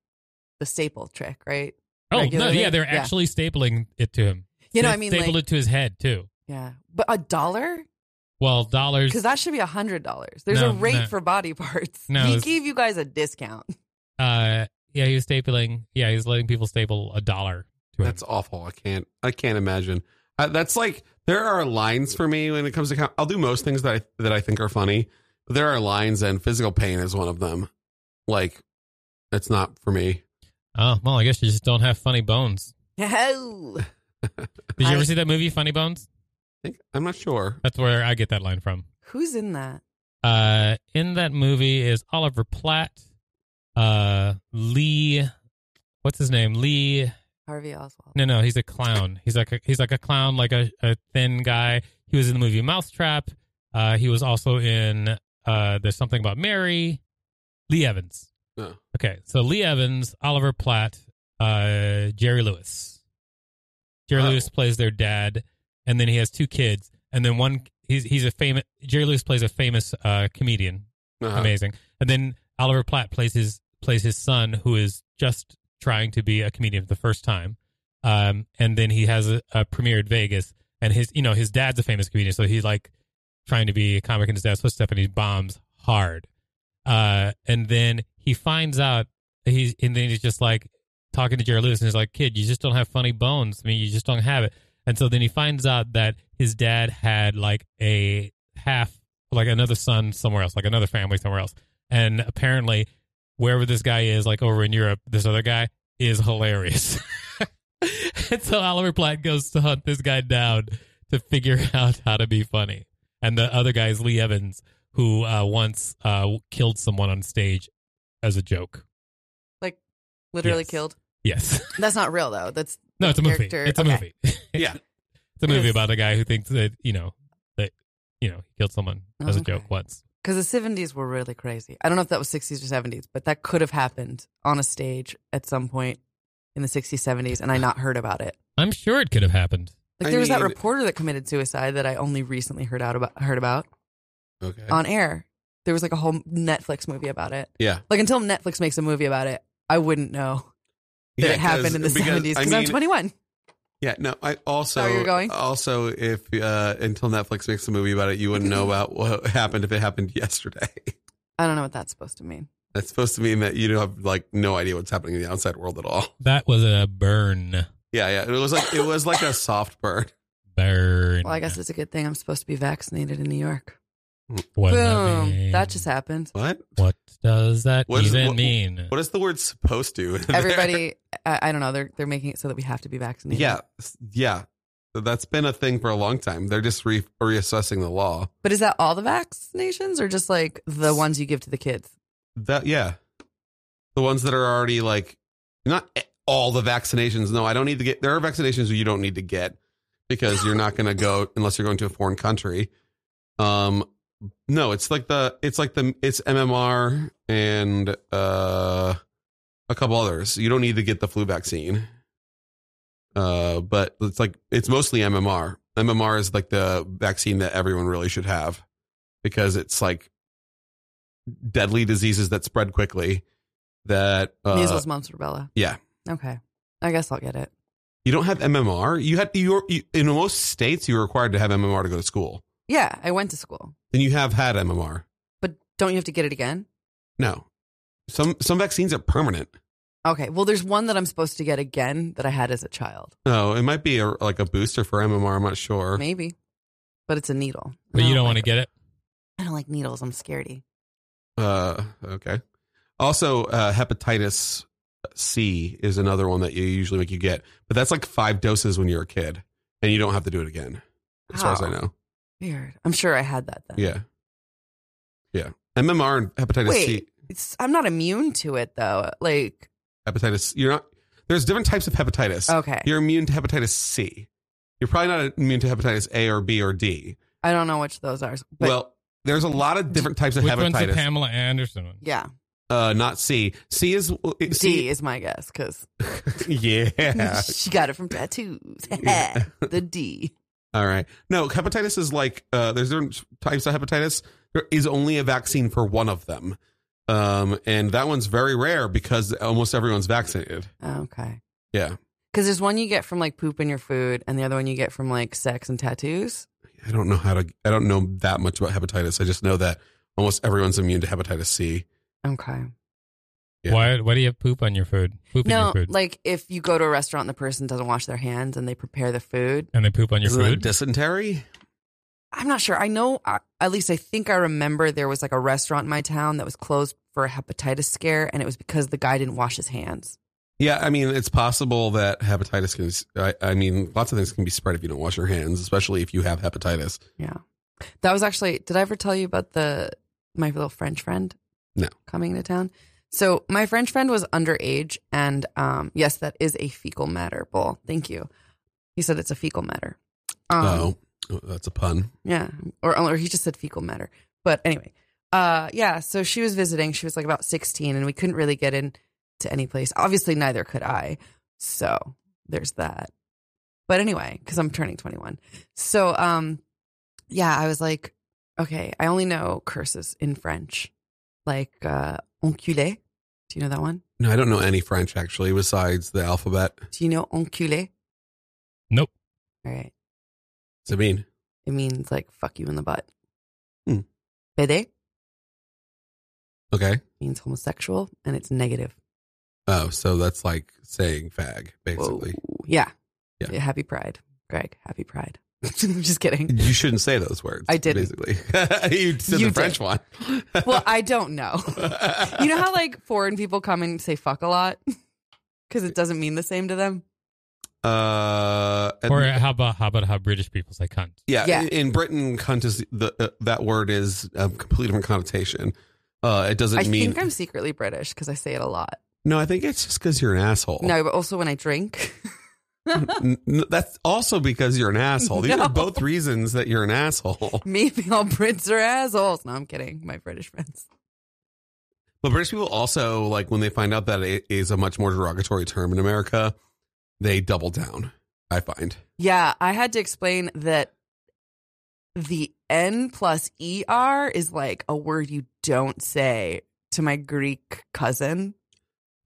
Speaker 3: the staple trick, right?
Speaker 4: Oh, no,
Speaker 3: Regularly?
Speaker 4: yeah, they're
Speaker 3: Yeah.
Speaker 4: actually stapling it to him.
Speaker 3: You know,
Speaker 4: They
Speaker 3: I mean,
Speaker 4: stapled
Speaker 3: like,
Speaker 4: it to his head too.
Speaker 3: yeah, but a dollar
Speaker 4: Well, dollars.
Speaker 3: because that should be a hundred dollars. There's
Speaker 4: No,
Speaker 3: a rate
Speaker 4: no.
Speaker 3: for body parts.
Speaker 4: No,
Speaker 3: he
Speaker 4: it's-
Speaker 3: gave you guys a discount. (laughs)
Speaker 4: Uh, yeah, he was stapling. Yeah, he's letting people staple a dollar to him.
Speaker 9: That's awful. I can't. I can't imagine. Uh, that's like there are lines for me when it comes to. Com- I'll do most things that I that I think are funny. But there are lines, and physical pain is one of them. Like, that's not for me.
Speaker 4: Oh, well, I guess you just don't have funny bones.
Speaker 3: No,
Speaker 4: Did you
Speaker 3: I-
Speaker 4: ever see that movie, Funny Bones?
Speaker 9: I think I'm not sure.
Speaker 4: That's where I get that line from.
Speaker 3: who's in that?
Speaker 4: Uh, in that movie is Oliver Platt, uh, Lee, what's his name? Lee.
Speaker 3: Harvey Oswald.
Speaker 4: No, no, he's a clown. He's like a, he's like a clown, like a, a thin guy. He was in the movie Mousetrap. Uh, he was also in uh, there's something about Mary. Lee Evans.
Speaker 9: No.
Speaker 4: Okay, so Lee Evans, Oliver Platt, uh, Jerry Lewis. Jerry
Speaker 9: Oh.
Speaker 4: Lewis plays their dad, and then he has two kids, and then one he's he's a famous Jerry Lewis plays a famous uh, comedian,
Speaker 9: Uh-huh.
Speaker 4: amazing, and then Oliver Platt plays his plays his son who is just trying to be a comedian for the first time, um, and then he has a, a premiere at Vegas, and his you know his dad's a famous comedian, so he's like trying to be a comic in his dad's footsteps, and he bombs hard. Uh, and then he finds out he's, and then he's just like talking to Jerry Lewis, and he's like, "Kid, you just don't have funny bones. I mean, you just don't have it." And so then he finds out that his dad had like a half, like another son somewhere else, like another family somewhere else. And apparently, wherever this guy is, like over in Europe, this other guy is hilarious. (laughs) and so Oliver Platt goes to hunt this guy down to figure (laughs) out how to be funny. And the other guy is Lee Evans, who uh, once uh, killed someone on stage as a joke.
Speaker 3: Like, literally
Speaker 4: Yes.
Speaker 3: killed.
Speaker 4: Yes. (laughs)
Speaker 3: That's not real though. That's
Speaker 4: No, it's a movie.
Speaker 3: character-
Speaker 4: It's a
Speaker 3: okay.
Speaker 4: movie. (laughs)
Speaker 9: Yeah.
Speaker 4: It's a movie
Speaker 3: Yes.
Speaker 4: about a guy who thinks that, you know, that, you know, he killed someone as a
Speaker 3: Okay.
Speaker 4: joke once.
Speaker 3: because the 70s were really crazy. I don't know if that was 60s or 70s, but that could have happened on a stage at some point in the 60s, 70s, and I not heard about it.
Speaker 4: I'm sure it could have happened.
Speaker 3: Like
Speaker 9: I
Speaker 3: there was that
Speaker 9: mean-
Speaker 3: reporter that committed suicide that I only recently heard out about heard about
Speaker 9: Okay.
Speaker 3: on air. There was like a whole Netflix movie about it.
Speaker 9: Yeah.
Speaker 3: Like until Netflix makes a movie about it, I wouldn't know that
Speaker 9: Yeah,
Speaker 3: it happened in the 70s because
Speaker 9: I
Speaker 3: I'm
Speaker 9: mean,
Speaker 3: 21.
Speaker 9: Yeah. No. I also.
Speaker 3: Sorry, you're going?
Speaker 9: Also, if uh, until Netflix makes a movie about it, you wouldn't know about (laughs) what happened if it happened yesterday. (laughs)
Speaker 3: I don't know what that's supposed to mean.
Speaker 9: That's supposed to mean that you have like no idea what's happening in the outside world at all.
Speaker 4: That was a burn.
Speaker 9: Yeah, yeah. It was like it was like a soft
Speaker 2: (laughs)
Speaker 9: burn.
Speaker 4: Burn.
Speaker 3: Well, I guess it's a good thing I'm supposed to be vaccinated in New York.
Speaker 4: What does that
Speaker 3: Boom.
Speaker 4: mean?
Speaker 3: That just happened.
Speaker 9: What?
Speaker 4: What does that
Speaker 9: What is-
Speaker 4: even
Speaker 9: what-
Speaker 4: mean?
Speaker 2: (laughs)
Speaker 9: What is the word supposed to? in (laughs) there?
Speaker 3: Everybody I, I don't know. They're they're making it so that we have to be vaccinated.
Speaker 2: Yeah, s- yeah. That's been a thing for a long time. They're just re- reassessing the law.
Speaker 3: But is that all the vaccinations or just like the ones you give to the kids?
Speaker 2: That yeah, the ones that are already like not e- all the vaccinations. No, I don't need to get. There are vaccinations that you don't need to get because you're not going to go unless you're going to a foreign country. Um, no, it's like the it's like the it's MMR and uh a couple others. You don't need to get the flu vaccine. Uh, but it's like it's mostly MMR. MMR is like the vaccine that everyone really should have because it's like deadly diseases that spread quickly that uh,
Speaker 3: Measles, mumps, rubella.
Speaker 2: yeah.
Speaker 3: Okay. I guess I'll get it.
Speaker 2: you don't have MMR you had you're, you in most states you're required to have MMR to go to school
Speaker 3: Yeah, I went to school.
Speaker 2: and you have had MMR
Speaker 3: But don't you have to get it again?
Speaker 2: no some some vaccines are permanent
Speaker 3: Okay. Well, there's one that I'm supposed to get again that I had as a child.
Speaker 2: no it might be a, like a booster for MMR I'm not sure
Speaker 3: Maybe. But it's a needle.
Speaker 4: But
Speaker 3: I
Speaker 4: you don't
Speaker 3: like
Speaker 4: want to get it.
Speaker 3: I don't like needles. I'm scaredy.
Speaker 2: uh okay also uh hepatitis C is another one that you usually make you get but that's like five doses when you're a kid and you don't have to do it again as far as I
Speaker 3: Oh.
Speaker 2: know
Speaker 3: Weird. I'm sure I had that then.
Speaker 2: yeah yeah MMR and hepatitis C
Speaker 3: Wait, it's, I'm not immune to it though. Like,
Speaker 2: hepatitis. You're not. There's different types of hepatitis.
Speaker 3: okay,
Speaker 2: You're immune to hepatitis C. You're probably not immune to hepatitis A or B or D.
Speaker 3: I don't know which those are. But
Speaker 2: well, there's a lot of different types of
Speaker 4: Which one's the
Speaker 2: hepatitis.
Speaker 4: Pamela Anderson one?
Speaker 3: yeah,
Speaker 2: Uh, not C. C (laughs) is
Speaker 3: D (laughs) is my guess because
Speaker 2: C, yeah.
Speaker 3: (laughs) she got it from tattoos.
Speaker 2: (laughs) Yeah.
Speaker 3: (laughs) the D.
Speaker 2: All right. No, hepatitis is like uh, there's different types of hepatitis. There is only a vaccine for one of them, um, and that one's very rare because almost everyone's vaccinated.
Speaker 3: Okay.
Speaker 2: Yeah.
Speaker 3: Because there's one you get from like poop in your food, and the other one you get from like sex and tattoos.
Speaker 2: I don't know how to. I don't know that much about hepatitis. I just know that almost everyone's immune to hepatitis C.
Speaker 3: Okay.
Speaker 2: Yeah.
Speaker 4: Why? Why do you have poop on your food? Poop in
Speaker 3: No,
Speaker 4: your food,
Speaker 3: like if you go to a restaurant and the person doesn't wash their hands and they prepare the food,
Speaker 4: and they poop on your
Speaker 2: Isn't that
Speaker 4: food.
Speaker 2: dysentery?
Speaker 3: I'm not sure. I know, I- at least I think I remember there was like a restaurant in my town that was closed for a hepatitis scare, and it was because the guy didn't wash his hands.
Speaker 2: Yeah, I mean, it's possible that hepatitis can. I, I mean, lots of things can be spread if you don't wash your hands, especially if you have hepatitis.
Speaker 3: Yeah. That was actually did I ever tell you about the my little French friend?
Speaker 2: No.
Speaker 3: Coming to town. So my French friend was underage and um yes, that is a fecal matter bowl. Thank you. He said it's a fecal matter. Um
Speaker 2: oh, oh, that's a pun.
Speaker 3: yeah. Or or he just said fecal matter. But anyway. Uh yeah, so she was visiting. She was like about 16 and we couldn't really get in to any place. Obviously neither could I. So there's that. But anyway, cuz I'm turning 21. So um yeah, I was like okay, I only know curses in French. Like uh enculé. Do you know that one?
Speaker 2: No, I don't know any French actually, besides the alphabet.
Speaker 3: Do you know enculé?
Speaker 4: Nope.
Speaker 3: All right.
Speaker 2: Sabine.
Speaker 3: It means like fuck you in the butt.
Speaker 2: Hmm.
Speaker 3: Pédé
Speaker 2: Okay.
Speaker 3: means homosexual and it's negative.
Speaker 2: Oh, so that's like saying fag,
Speaker 3: Whoa.
Speaker 2: basically.
Speaker 3: Yeah.
Speaker 2: Yeah.
Speaker 3: Happy Pride, Greg.
Speaker 2: (laughs)
Speaker 3: Happy Pride. (laughs) I'm just kidding.
Speaker 2: You shouldn't say those words.
Speaker 3: I didn't.
Speaker 2: Basically, (laughs) you said
Speaker 3: You
Speaker 2: the French one. (laughs)
Speaker 3: Well, I don't know. You know how like foreign people come and say fuck a lot (laughs) because it doesn't mean the same to them.
Speaker 2: Uh,
Speaker 4: Or how about how about how British people say cunt?
Speaker 2: yeah,
Speaker 3: Yeah.
Speaker 2: in- in Britain, cunt is the uh, that word is a completely different connotation. Uh, it doesn't
Speaker 3: I
Speaker 2: mean
Speaker 3: think I'm secretly British because I say it a lot.
Speaker 2: no. I think it's just because you're an asshole.
Speaker 3: No, but also when I drink.
Speaker 2: (laughs)
Speaker 3: (laughs)
Speaker 2: N- n- that's also because you're an asshole. These
Speaker 3: (laughs) No.
Speaker 2: are both reasons that you're an
Speaker 3: (laughs)
Speaker 2: asshole.
Speaker 3: Maybe all Brits are assholes. No, I'm kidding. My British friends.
Speaker 2: But British people also like when they find out that it is a much more derogatory term in America, they double down. I find
Speaker 3: Yeah, I had to explain that the N plus ER is like a word you don't say to my Greek cousin.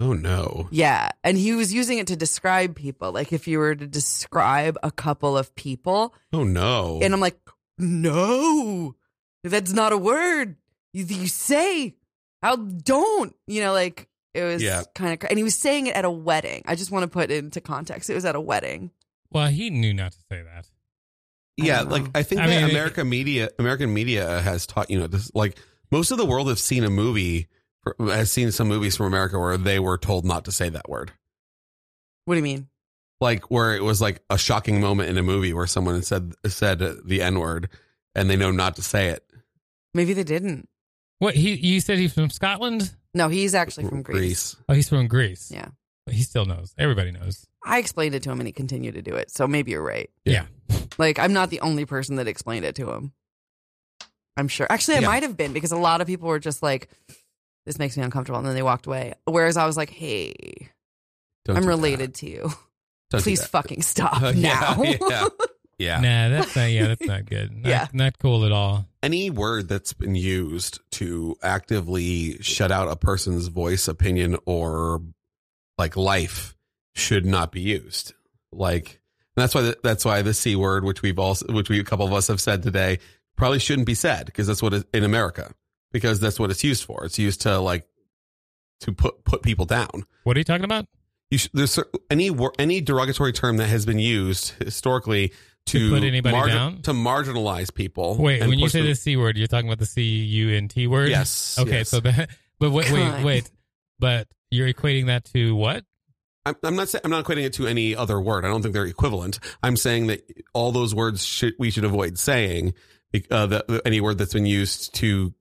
Speaker 2: oh no,
Speaker 3: Yeah. And he was using it to describe people. Like if you were to describe a couple of people,
Speaker 2: oh no.
Speaker 3: and I'm like, no, that's not a word you, you say. I don't, you know, like it was
Speaker 2: Yeah.
Speaker 3: kind of, cra- and he was saying it at a wedding. I just want to put it into context. It was at a wedding.
Speaker 4: Well, he knew not to say that.
Speaker 3: I
Speaker 2: yeah,
Speaker 3: don't
Speaker 2: like
Speaker 3: know.
Speaker 2: I think
Speaker 4: I
Speaker 2: that
Speaker 4: mean, it-
Speaker 2: America media, American media has taught you know this. Like most of the world have seen a movie, has seen some movies from America where they were told not to say that word.
Speaker 3: What do you mean?
Speaker 2: like where it was like a shocking moment in a movie where someone had said said the n word and they know not to say it.
Speaker 3: Maybe they didn't.
Speaker 4: What he you said he's from Scotland?
Speaker 3: No, he's actually from Greece.
Speaker 4: Oh, he's from Greece.
Speaker 3: Yeah.
Speaker 4: But he still knows. Everybody knows.
Speaker 3: I explained it to him and he continued to do it. So maybe you're right.
Speaker 4: Yeah.
Speaker 3: (laughs) Like I'm not the only person that explained it to him. I'm sure. Actually, I
Speaker 2: Yeah.
Speaker 3: might have been because a lot of people were just like, "This makes me uncomfortable," and then they walked away. Whereas I was like, "Hey,
Speaker 2: Don't do
Speaker 3: I'm
Speaker 2: that.
Speaker 3: related to you.
Speaker 2: Don't do
Speaker 3: Please
Speaker 2: that.
Speaker 3: fucking stop
Speaker 2: Uh, (laughs)
Speaker 3: now." (laughs)
Speaker 2: Yeah, yeah, yeah.
Speaker 4: Nah, that's not yeah, that's not good. Not,
Speaker 3: Yeah.
Speaker 4: not cool at all.
Speaker 2: Any word that's been used to actively shut out a person's voice, opinion, or like life should not be used. Like and that's why the, that's why the c word, which we've also, which we a couple of us have said today, probably shouldn't be said because that's what it, in America because that's what it's used for. It's used to like to put put people down.
Speaker 4: What are you talking about?
Speaker 2: you should, there's cer- any wor- any derogatory term that has been used historically to,
Speaker 4: To put anybody down?
Speaker 2: to marginalize people.
Speaker 4: Wait,
Speaker 2: Oh, and
Speaker 4: when you
Speaker 2: push
Speaker 4: say
Speaker 2: them-
Speaker 4: the C word, you're talking about the C U N T word?
Speaker 2: yes,
Speaker 4: Okay,
Speaker 2: yes.
Speaker 4: so that (laughs) but wait wait
Speaker 3: Kind.
Speaker 4: wait. But you're equating that to what?
Speaker 2: I'm, I'm not saying I'm not equating it to any other word. I don't think they're equivalent. I'm saying that all those words should we should avoid saying bec- uh, the, the- any word that's been used to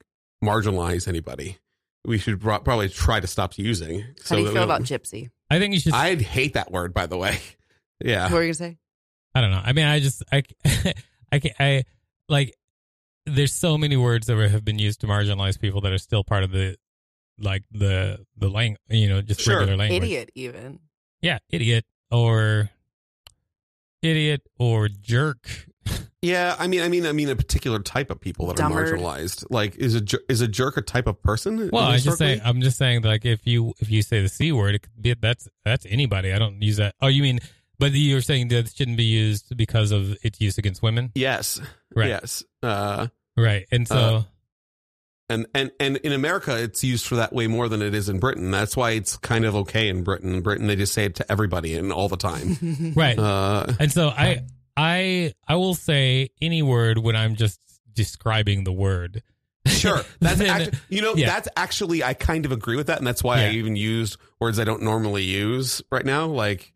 Speaker 2: marginalize anybody. We should pro- probably try to stop using.
Speaker 3: How do you
Speaker 2: that we
Speaker 3: feel
Speaker 2: don't-
Speaker 3: about gypsy?
Speaker 4: I think you should
Speaker 2: I'd hate that word, by the way. (laughs) Yeah,
Speaker 3: What were you gonna say?
Speaker 4: I don't know. I mean, I just I (laughs) I can I like there's so many words that have been used to marginalize people that are still part of the like the the language, you know, just
Speaker 2: Sure.
Speaker 4: regular language.
Speaker 3: Idiot, even. (laughs)
Speaker 4: Yeah, idiot or idiot or jerk.
Speaker 2: Yeah, I mean, I mean, I mean, a particular type of people that
Speaker 3: Dumbard.
Speaker 2: are marginalized. Like, is a jer- is a jerk a type of person?
Speaker 4: Well, I just say uh,
Speaker 2: historically?
Speaker 4: I'm just saying like if you if you say the c word, it could be, that's that's anybody. I don't use that. Oh, you mean but you're saying that it shouldn't be used because of its use against women,
Speaker 2: yes,
Speaker 4: Right.
Speaker 2: yes, uh,
Speaker 4: right? And so
Speaker 2: Uh, and and and in America, it's used for that way more than it is in Britain. That's why it's kind of okay in Britain. In Britain, they just say it to everybody and all the
Speaker 3: (laughs)
Speaker 2: time.
Speaker 4: right,
Speaker 2: Uh,
Speaker 4: And so I I I will say any word when I'm just describing the word. (laughs)
Speaker 2: sure, that's
Speaker 4: Then-
Speaker 2: act- you know
Speaker 4: yeah.
Speaker 2: that's actually I kind of agree with that, and that's why I
Speaker 4: Yeah.
Speaker 2: even used words I don't normally use right now, like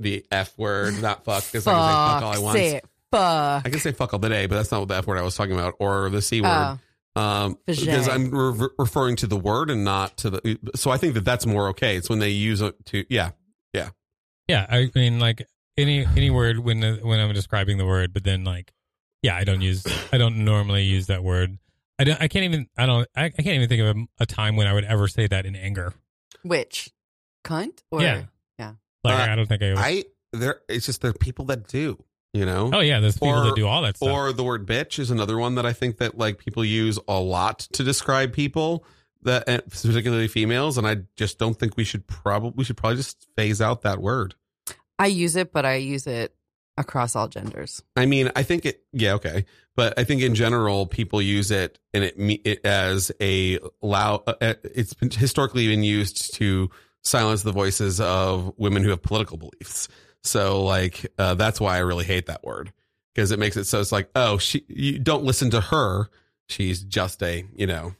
Speaker 2: the f word, not fuck. 'cause I can say fuck all I
Speaker 3: Fuck,
Speaker 2: want.
Speaker 3: say it. Fuck.
Speaker 2: I can say fuck all the day, but that's not the F word I was talking about or the C word.
Speaker 3: Oh.
Speaker 2: um,
Speaker 3: Vajay.
Speaker 2: because I'm re- referring to the word and not to the. So I think that that's more okay. It's when they use it to. Yeah.
Speaker 4: Yeah, I mean like any any word when when I'm describing the word, but then like yeah, I don't use I don't normally use that word. I don't I can't even I don't I, I can't even think of a, a time when I would ever say that in anger.
Speaker 3: Which cunt? Or
Speaker 4: Yeah.
Speaker 3: yeah.
Speaker 4: Like
Speaker 2: Uh,
Speaker 4: I don't think I would.
Speaker 2: I there. It's just there are people that do. You know.
Speaker 4: oh yeah, there's people
Speaker 2: or-
Speaker 4: that do all that stuff.
Speaker 2: Or the word bitch is another one that I think that like people use a lot to describe people that and particularly females, and I just don't think we should probably we should probably just phase out that word.
Speaker 3: I use it, but I use it across all genders.
Speaker 2: I mean, I think it. Yeah, okay, but I think in general, people use it and it, me- it as a loud. Uh, it's been historically been used to silence the voices of women who have political beliefs. So, like, uh, that's why I really hate that word because it makes it so it's like, oh, she, you don't listen to her. She's just a, you know,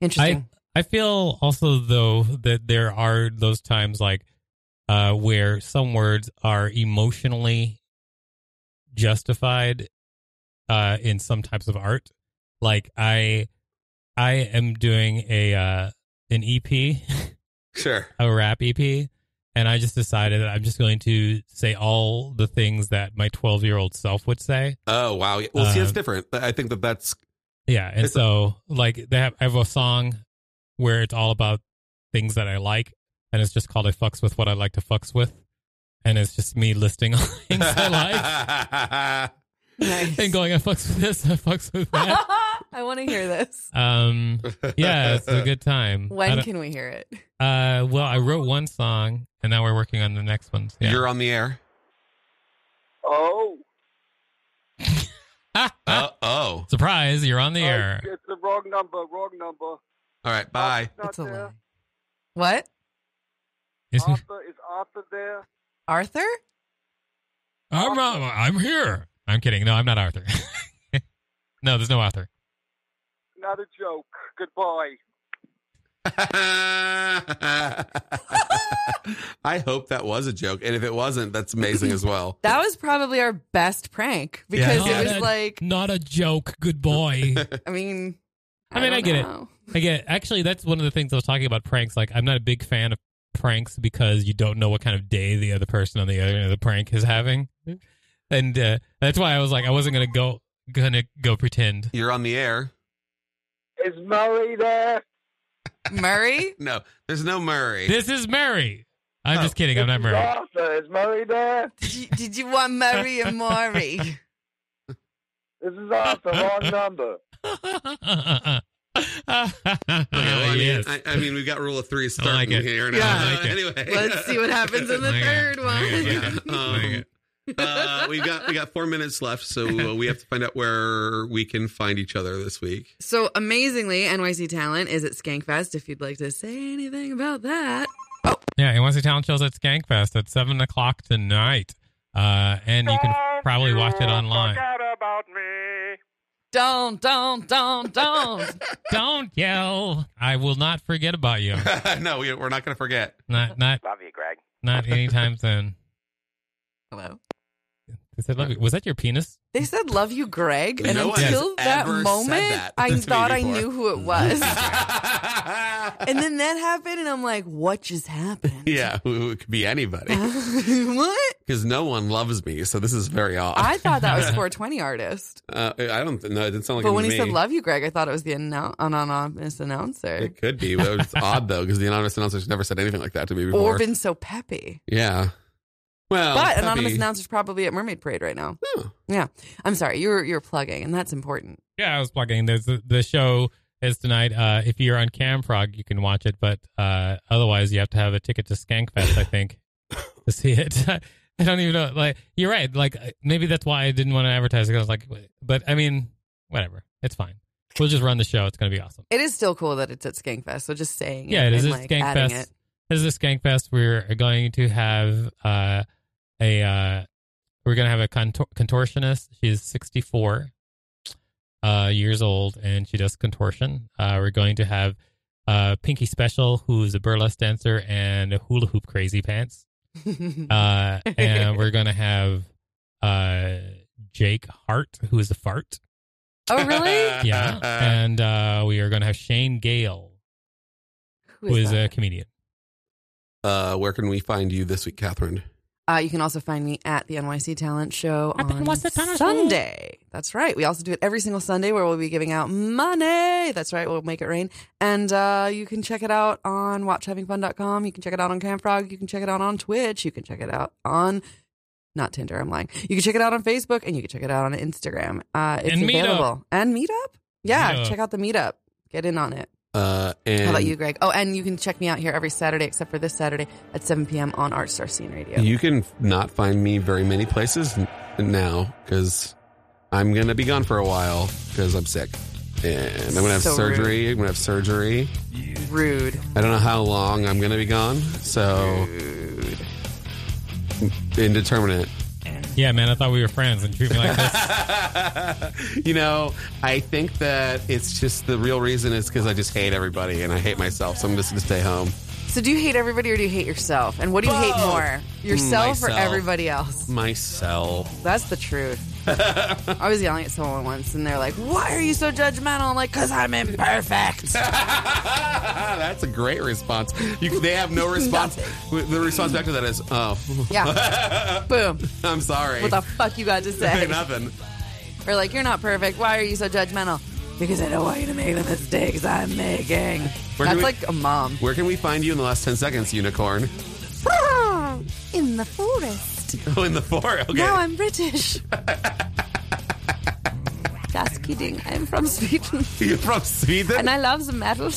Speaker 3: Interesting.
Speaker 4: I feel also though that there are those times like uh, where some words are emotionally justified uh, in some types of art. Like I, I am doing a uh, an EP,
Speaker 2: sure.
Speaker 4: (laughs) a rap EP, and I just decided that I'm just going to say all the things that my 12 year old self would say.
Speaker 2: Oh, wow. Well, see, that's
Speaker 4: Uh,
Speaker 2: different. I think that
Speaker 4: (laughs)
Speaker 2: that's
Speaker 4: Yeah, and
Speaker 2: It's-
Speaker 4: so like they have, I have a song where it's all about things that I like, and it's just called "I fucks with what I like to fucks with," and it's just me listing all things I
Speaker 2: (laughs)
Speaker 4: like
Speaker 3: (laughs) Nice.
Speaker 4: and going "I fucks with this, I fucks
Speaker 3: (laughs)
Speaker 4: with that."
Speaker 3: I, want to hear this.
Speaker 4: um, yeah, it's a good time. I
Speaker 3: When
Speaker 4: don't-
Speaker 3: can we hear it?
Speaker 4: uh, well, I wrote one song, and now we're working on the next one. Yeah.
Speaker 2: You're on the air.
Speaker 7: Oh,
Speaker 2: Uh oh.
Speaker 4: (laughs) Surprise! You're on the
Speaker 7: oh,
Speaker 4: air.
Speaker 7: it's the wrong number, wrong number.
Speaker 2: All right. Bye.
Speaker 7: Arthur's
Speaker 3: it's a
Speaker 7: not
Speaker 3: lie.
Speaker 7: there.
Speaker 3: What?
Speaker 4: Isn't-
Speaker 7: Arthur, is Arthur there?
Speaker 3: Arthur?
Speaker 4: I'm not, I'm here. I'm kidding. No, I'm not Arthur. (laughs) no, there's no Arthur.
Speaker 7: Not a
Speaker 2: (laughs)
Speaker 7: joke. Goodbye.
Speaker 2: I hope that was a joke. And if it wasn't, that's amazing as well.
Speaker 3: That was probably our best prank because
Speaker 4: Yeah.
Speaker 3: it was
Speaker 4: Yeah.
Speaker 3: like,
Speaker 4: Not a joke. Good boy.
Speaker 3: I mean,
Speaker 4: (laughs) I mean, I get it. Again, actually, that's one of the things I was talking about pranks. Like, I'm not a big fan of pranks because you don't know what kind of day the other person on the other end of the prank is having, and uh, that's why I was like, I wasn't gonna go, gonna go pretend.
Speaker 2: You're on the air.
Speaker 7: Is Murray there?
Speaker 3: it. Murray?
Speaker 2: No, there's no Murray.
Speaker 4: This is Murray. I'm
Speaker 2: Oh.
Speaker 4: just kidding. I'm not
Speaker 7: This is (laughs)
Speaker 4: Murray.
Speaker 7: Arthur. Is Murray there?
Speaker 3: Did you, did you want Murray and
Speaker 4: (laughs)
Speaker 3: Maury?
Speaker 7: This is Arthur. Wrong number.
Speaker 2: Okay, well, I, mean,
Speaker 4: Oh, yes.
Speaker 2: I, I mean, we've got rule of three starting
Speaker 4: like it.
Speaker 2: here. Now.
Speaker 3: Yeah,
Speaker 4: I like it.
Speaker 2: anyway,
Speaker 3: Let's
Speaker 2: (laughs)
Speaker 3: see what happens in the
Speaker 4: Like it.
Speaker 3: third
Speaker 4: Like it.
Speaker 3: one. (laughs)
Speaker 4: Yeah.
Speaker 2: Um, uh, we got we got four minutes left,
Speaker 4: (laughs)
Speaker 2: so uh, we have to find out where we can find each other this week.
Speaker 3: So amazingly, NYC Talent is at Skankfest. If you'd like to say anything about that,
Speaker 4: Yeah, and Wednesday Talent Show's at Skankfest at 7 o'clock tonight. Uh, and you can probably watch it online.
Speaker 3: don't, don't, don't, don't.
Speaker 4: Don't yell. I will not forget about you.
Speaker 2: (laughs) no, we, we're not going to forget.
Speaker 4: Not not
Speaker 10: Love you, Greg.
Speaker 4: not anytime soon.
Speaker 3: Hello.
Speaker 4: They said, "Love you." Was that your penis?
Speaker 3: They said "Love you, Greg," and
Speaker 2: No one has
Speaker 3: until that
Speaker 2: ever said
Speaker 3: moment,
Speaker 2: that to
Speaker 3: I
Speaker 2: me
Speaker 3: thought I
Speaker 2: before.
Speaker 3: knew who
Speaker 2: (laughs)
Speaker 3: it was.
Speaker 2: yeah,
Speaker 3: and then that happened, and I'm like, "What just happened?"
Speaker 2: who- it could be anybody
Speaker 3: (laughs) Uh-huh. what?
Speaker 2: because no one loves me, so this is very odd.
Speaker 3: I thought that was 420 artist,
Speaker 2: uh, I don't th- no, it didn't sound like.
Speaker 3: but
Speaker 2: it
Speaker 3: when
Speaker 2: was
Speaker 3: he said
Speaker 2: me.
Speaker 3: "Love you, Greg," I thought it was the annou- anonymous announcer,
Speaker 2: it could be. But it's odd though because the anonymous announcer's never said anything like that to me before.
Speaker 3: or been so peppy.
Speaker 2: yeah. Well,
Speaker 3: but
Speaker 2: that'd
Speaker 3: anonymous
Speaker 2: be-
Speaker 3: announcer's probably at Mermaid Parade right now.
Speaker 2: Oh.
Speaker 3: Yeah, I'm sorry, you're you're plugging, and that's important.
Speaker 4: Yeah, I was plugging. There's the, the show is tonight. Uh, if you're on Camprog, you can watch it, but uh, otherwise, you have to have a ticket to Skankfest, I think, to see it. (laughs) I don't even know. Like you're right. Like uh, maybe that's why I didn't want to advertise. it. I was like, but I mean, whatever. It's fine. We'll just run the show. It's gonna be awesome.
Speaker 3: It is still cool that it's at Skankfest. So just saying,
Speaker 4: Yeah, it is
Speaker 3: and,
Speaker 4: a
Speaker 3: like, adding
Speaker 4: Skankfest.
Speaker 3: it.
Speaker 4: This is a Skankfest. We're going to have uh, a uh, we're going to have a contor- contortionist. She's 64 uh, years old, and she does contortion. Uh, we're going to have uh, Pinky Special, who's a burlesque dancer, and hula hoop crazy pants. Uh, and we're going to have uh, Jake Hart, who is a fart.
Speaker 3: (laughs) oh,
Speaker 2: (laughs)
Speaker 3: really? (laughs)
Speaker 4: Yeah, and uh, we are going to have Shane Gale, who is a
Speaker 3: that?
Speaker 4: comedian.
Speaker 2: Uh, where can we find you this week, Catherine?
Speaker 3: Uh, you can also find me at the NYC Talent Show
Speaker 4: At the
Speaker 3: on
Speaker 4: NYC Talent Show.
Speaker 3: Sunday. That's right. We also do it every single Sunday where we'll be giving out money. That's right. We'll make it rain. And uh, you can check it out on watchhavingfun.com. You can check it out on Camfrog. You can check it out on Twitch. You can check it out on, not Tinder, I'm lying. You can check it out on Facebook and you can check it out on Instagram. Uh, it's
Speaker 4: And Meetup.
Speaker 3: available. And Meetup? Yeah,
Speaker 4: Meetup.
Speaker 3: check out the Meetup. Get in on it.
Speaker 2: Uh, and
Speaker 3: How about you, Greg? Oh, and you can check me out here every Saturday except for this Saturday at 7 p.m. on Art Star Scene Radio.
Speaker 2: You can f- not find me very many places n- now because I'm gonna be gone for a while because I'm sick and I'm gonna have
Speaker 3: So
Speaker 2: surgery. I'm gonna have surgery.
Speaker 3: Rude.
Speaker 2: I don't know how long I'm gonna be gone, so indeterminate.
Speaker 4: Yeah, man, I thought we were friends and treat me like this.
Speaker 2: you know, I think that it's just the real reason is because I just hate everybody and I hate myself, so I'm just gonna stay home.
Speaker 3: So do you hate everybody or do you hate yourself? And what do you hate more? Yourself or
Speaker 2: Myself.
Speaker 3: everybody else?
Speaker 2: Myself.
Speaker 3: That's the truth. I was yelling at someone once and they're like, Why are you so judgmental? I'm like, Cause I'm imperfect.
Speaker 2: (laughs) That's a great response. You, they have no
Speaker 3: (laughs)
Speaker 2: response. the response back to that is, oh, (laughs)
Speaker 3: yeah. Boom.
Speaker 2: I'm sorry. (laughs)
Speaker 3: What the fuck you got to
Speaker 2: Say
Speaker 3: say?
Speaker 2: nothing.
Speaker 3: or like, you're not perfect. Why are you so judgmental? Because I don't want you to make the mistakes I'm making.
Speaker 2: Where do
Speaker 3: That's
Speaker 2: we-
Speaker 3: like a mom.
Speaker 2: Where can we find you in the last 10 seconds, unicorn?
Speaker 11: (laughs)
Speaker 2: (laughs)
Speaker 11: In the forest.
Speaker 2: Oh, in the forest. Okay.
Speaker 11: Now
Speaker 2: (laughs)
Speaker 11: I'm British. Just kidding. I'm from Sweden
Speaker 2: You're from Sweden?
Speaker 11: and I love the medals.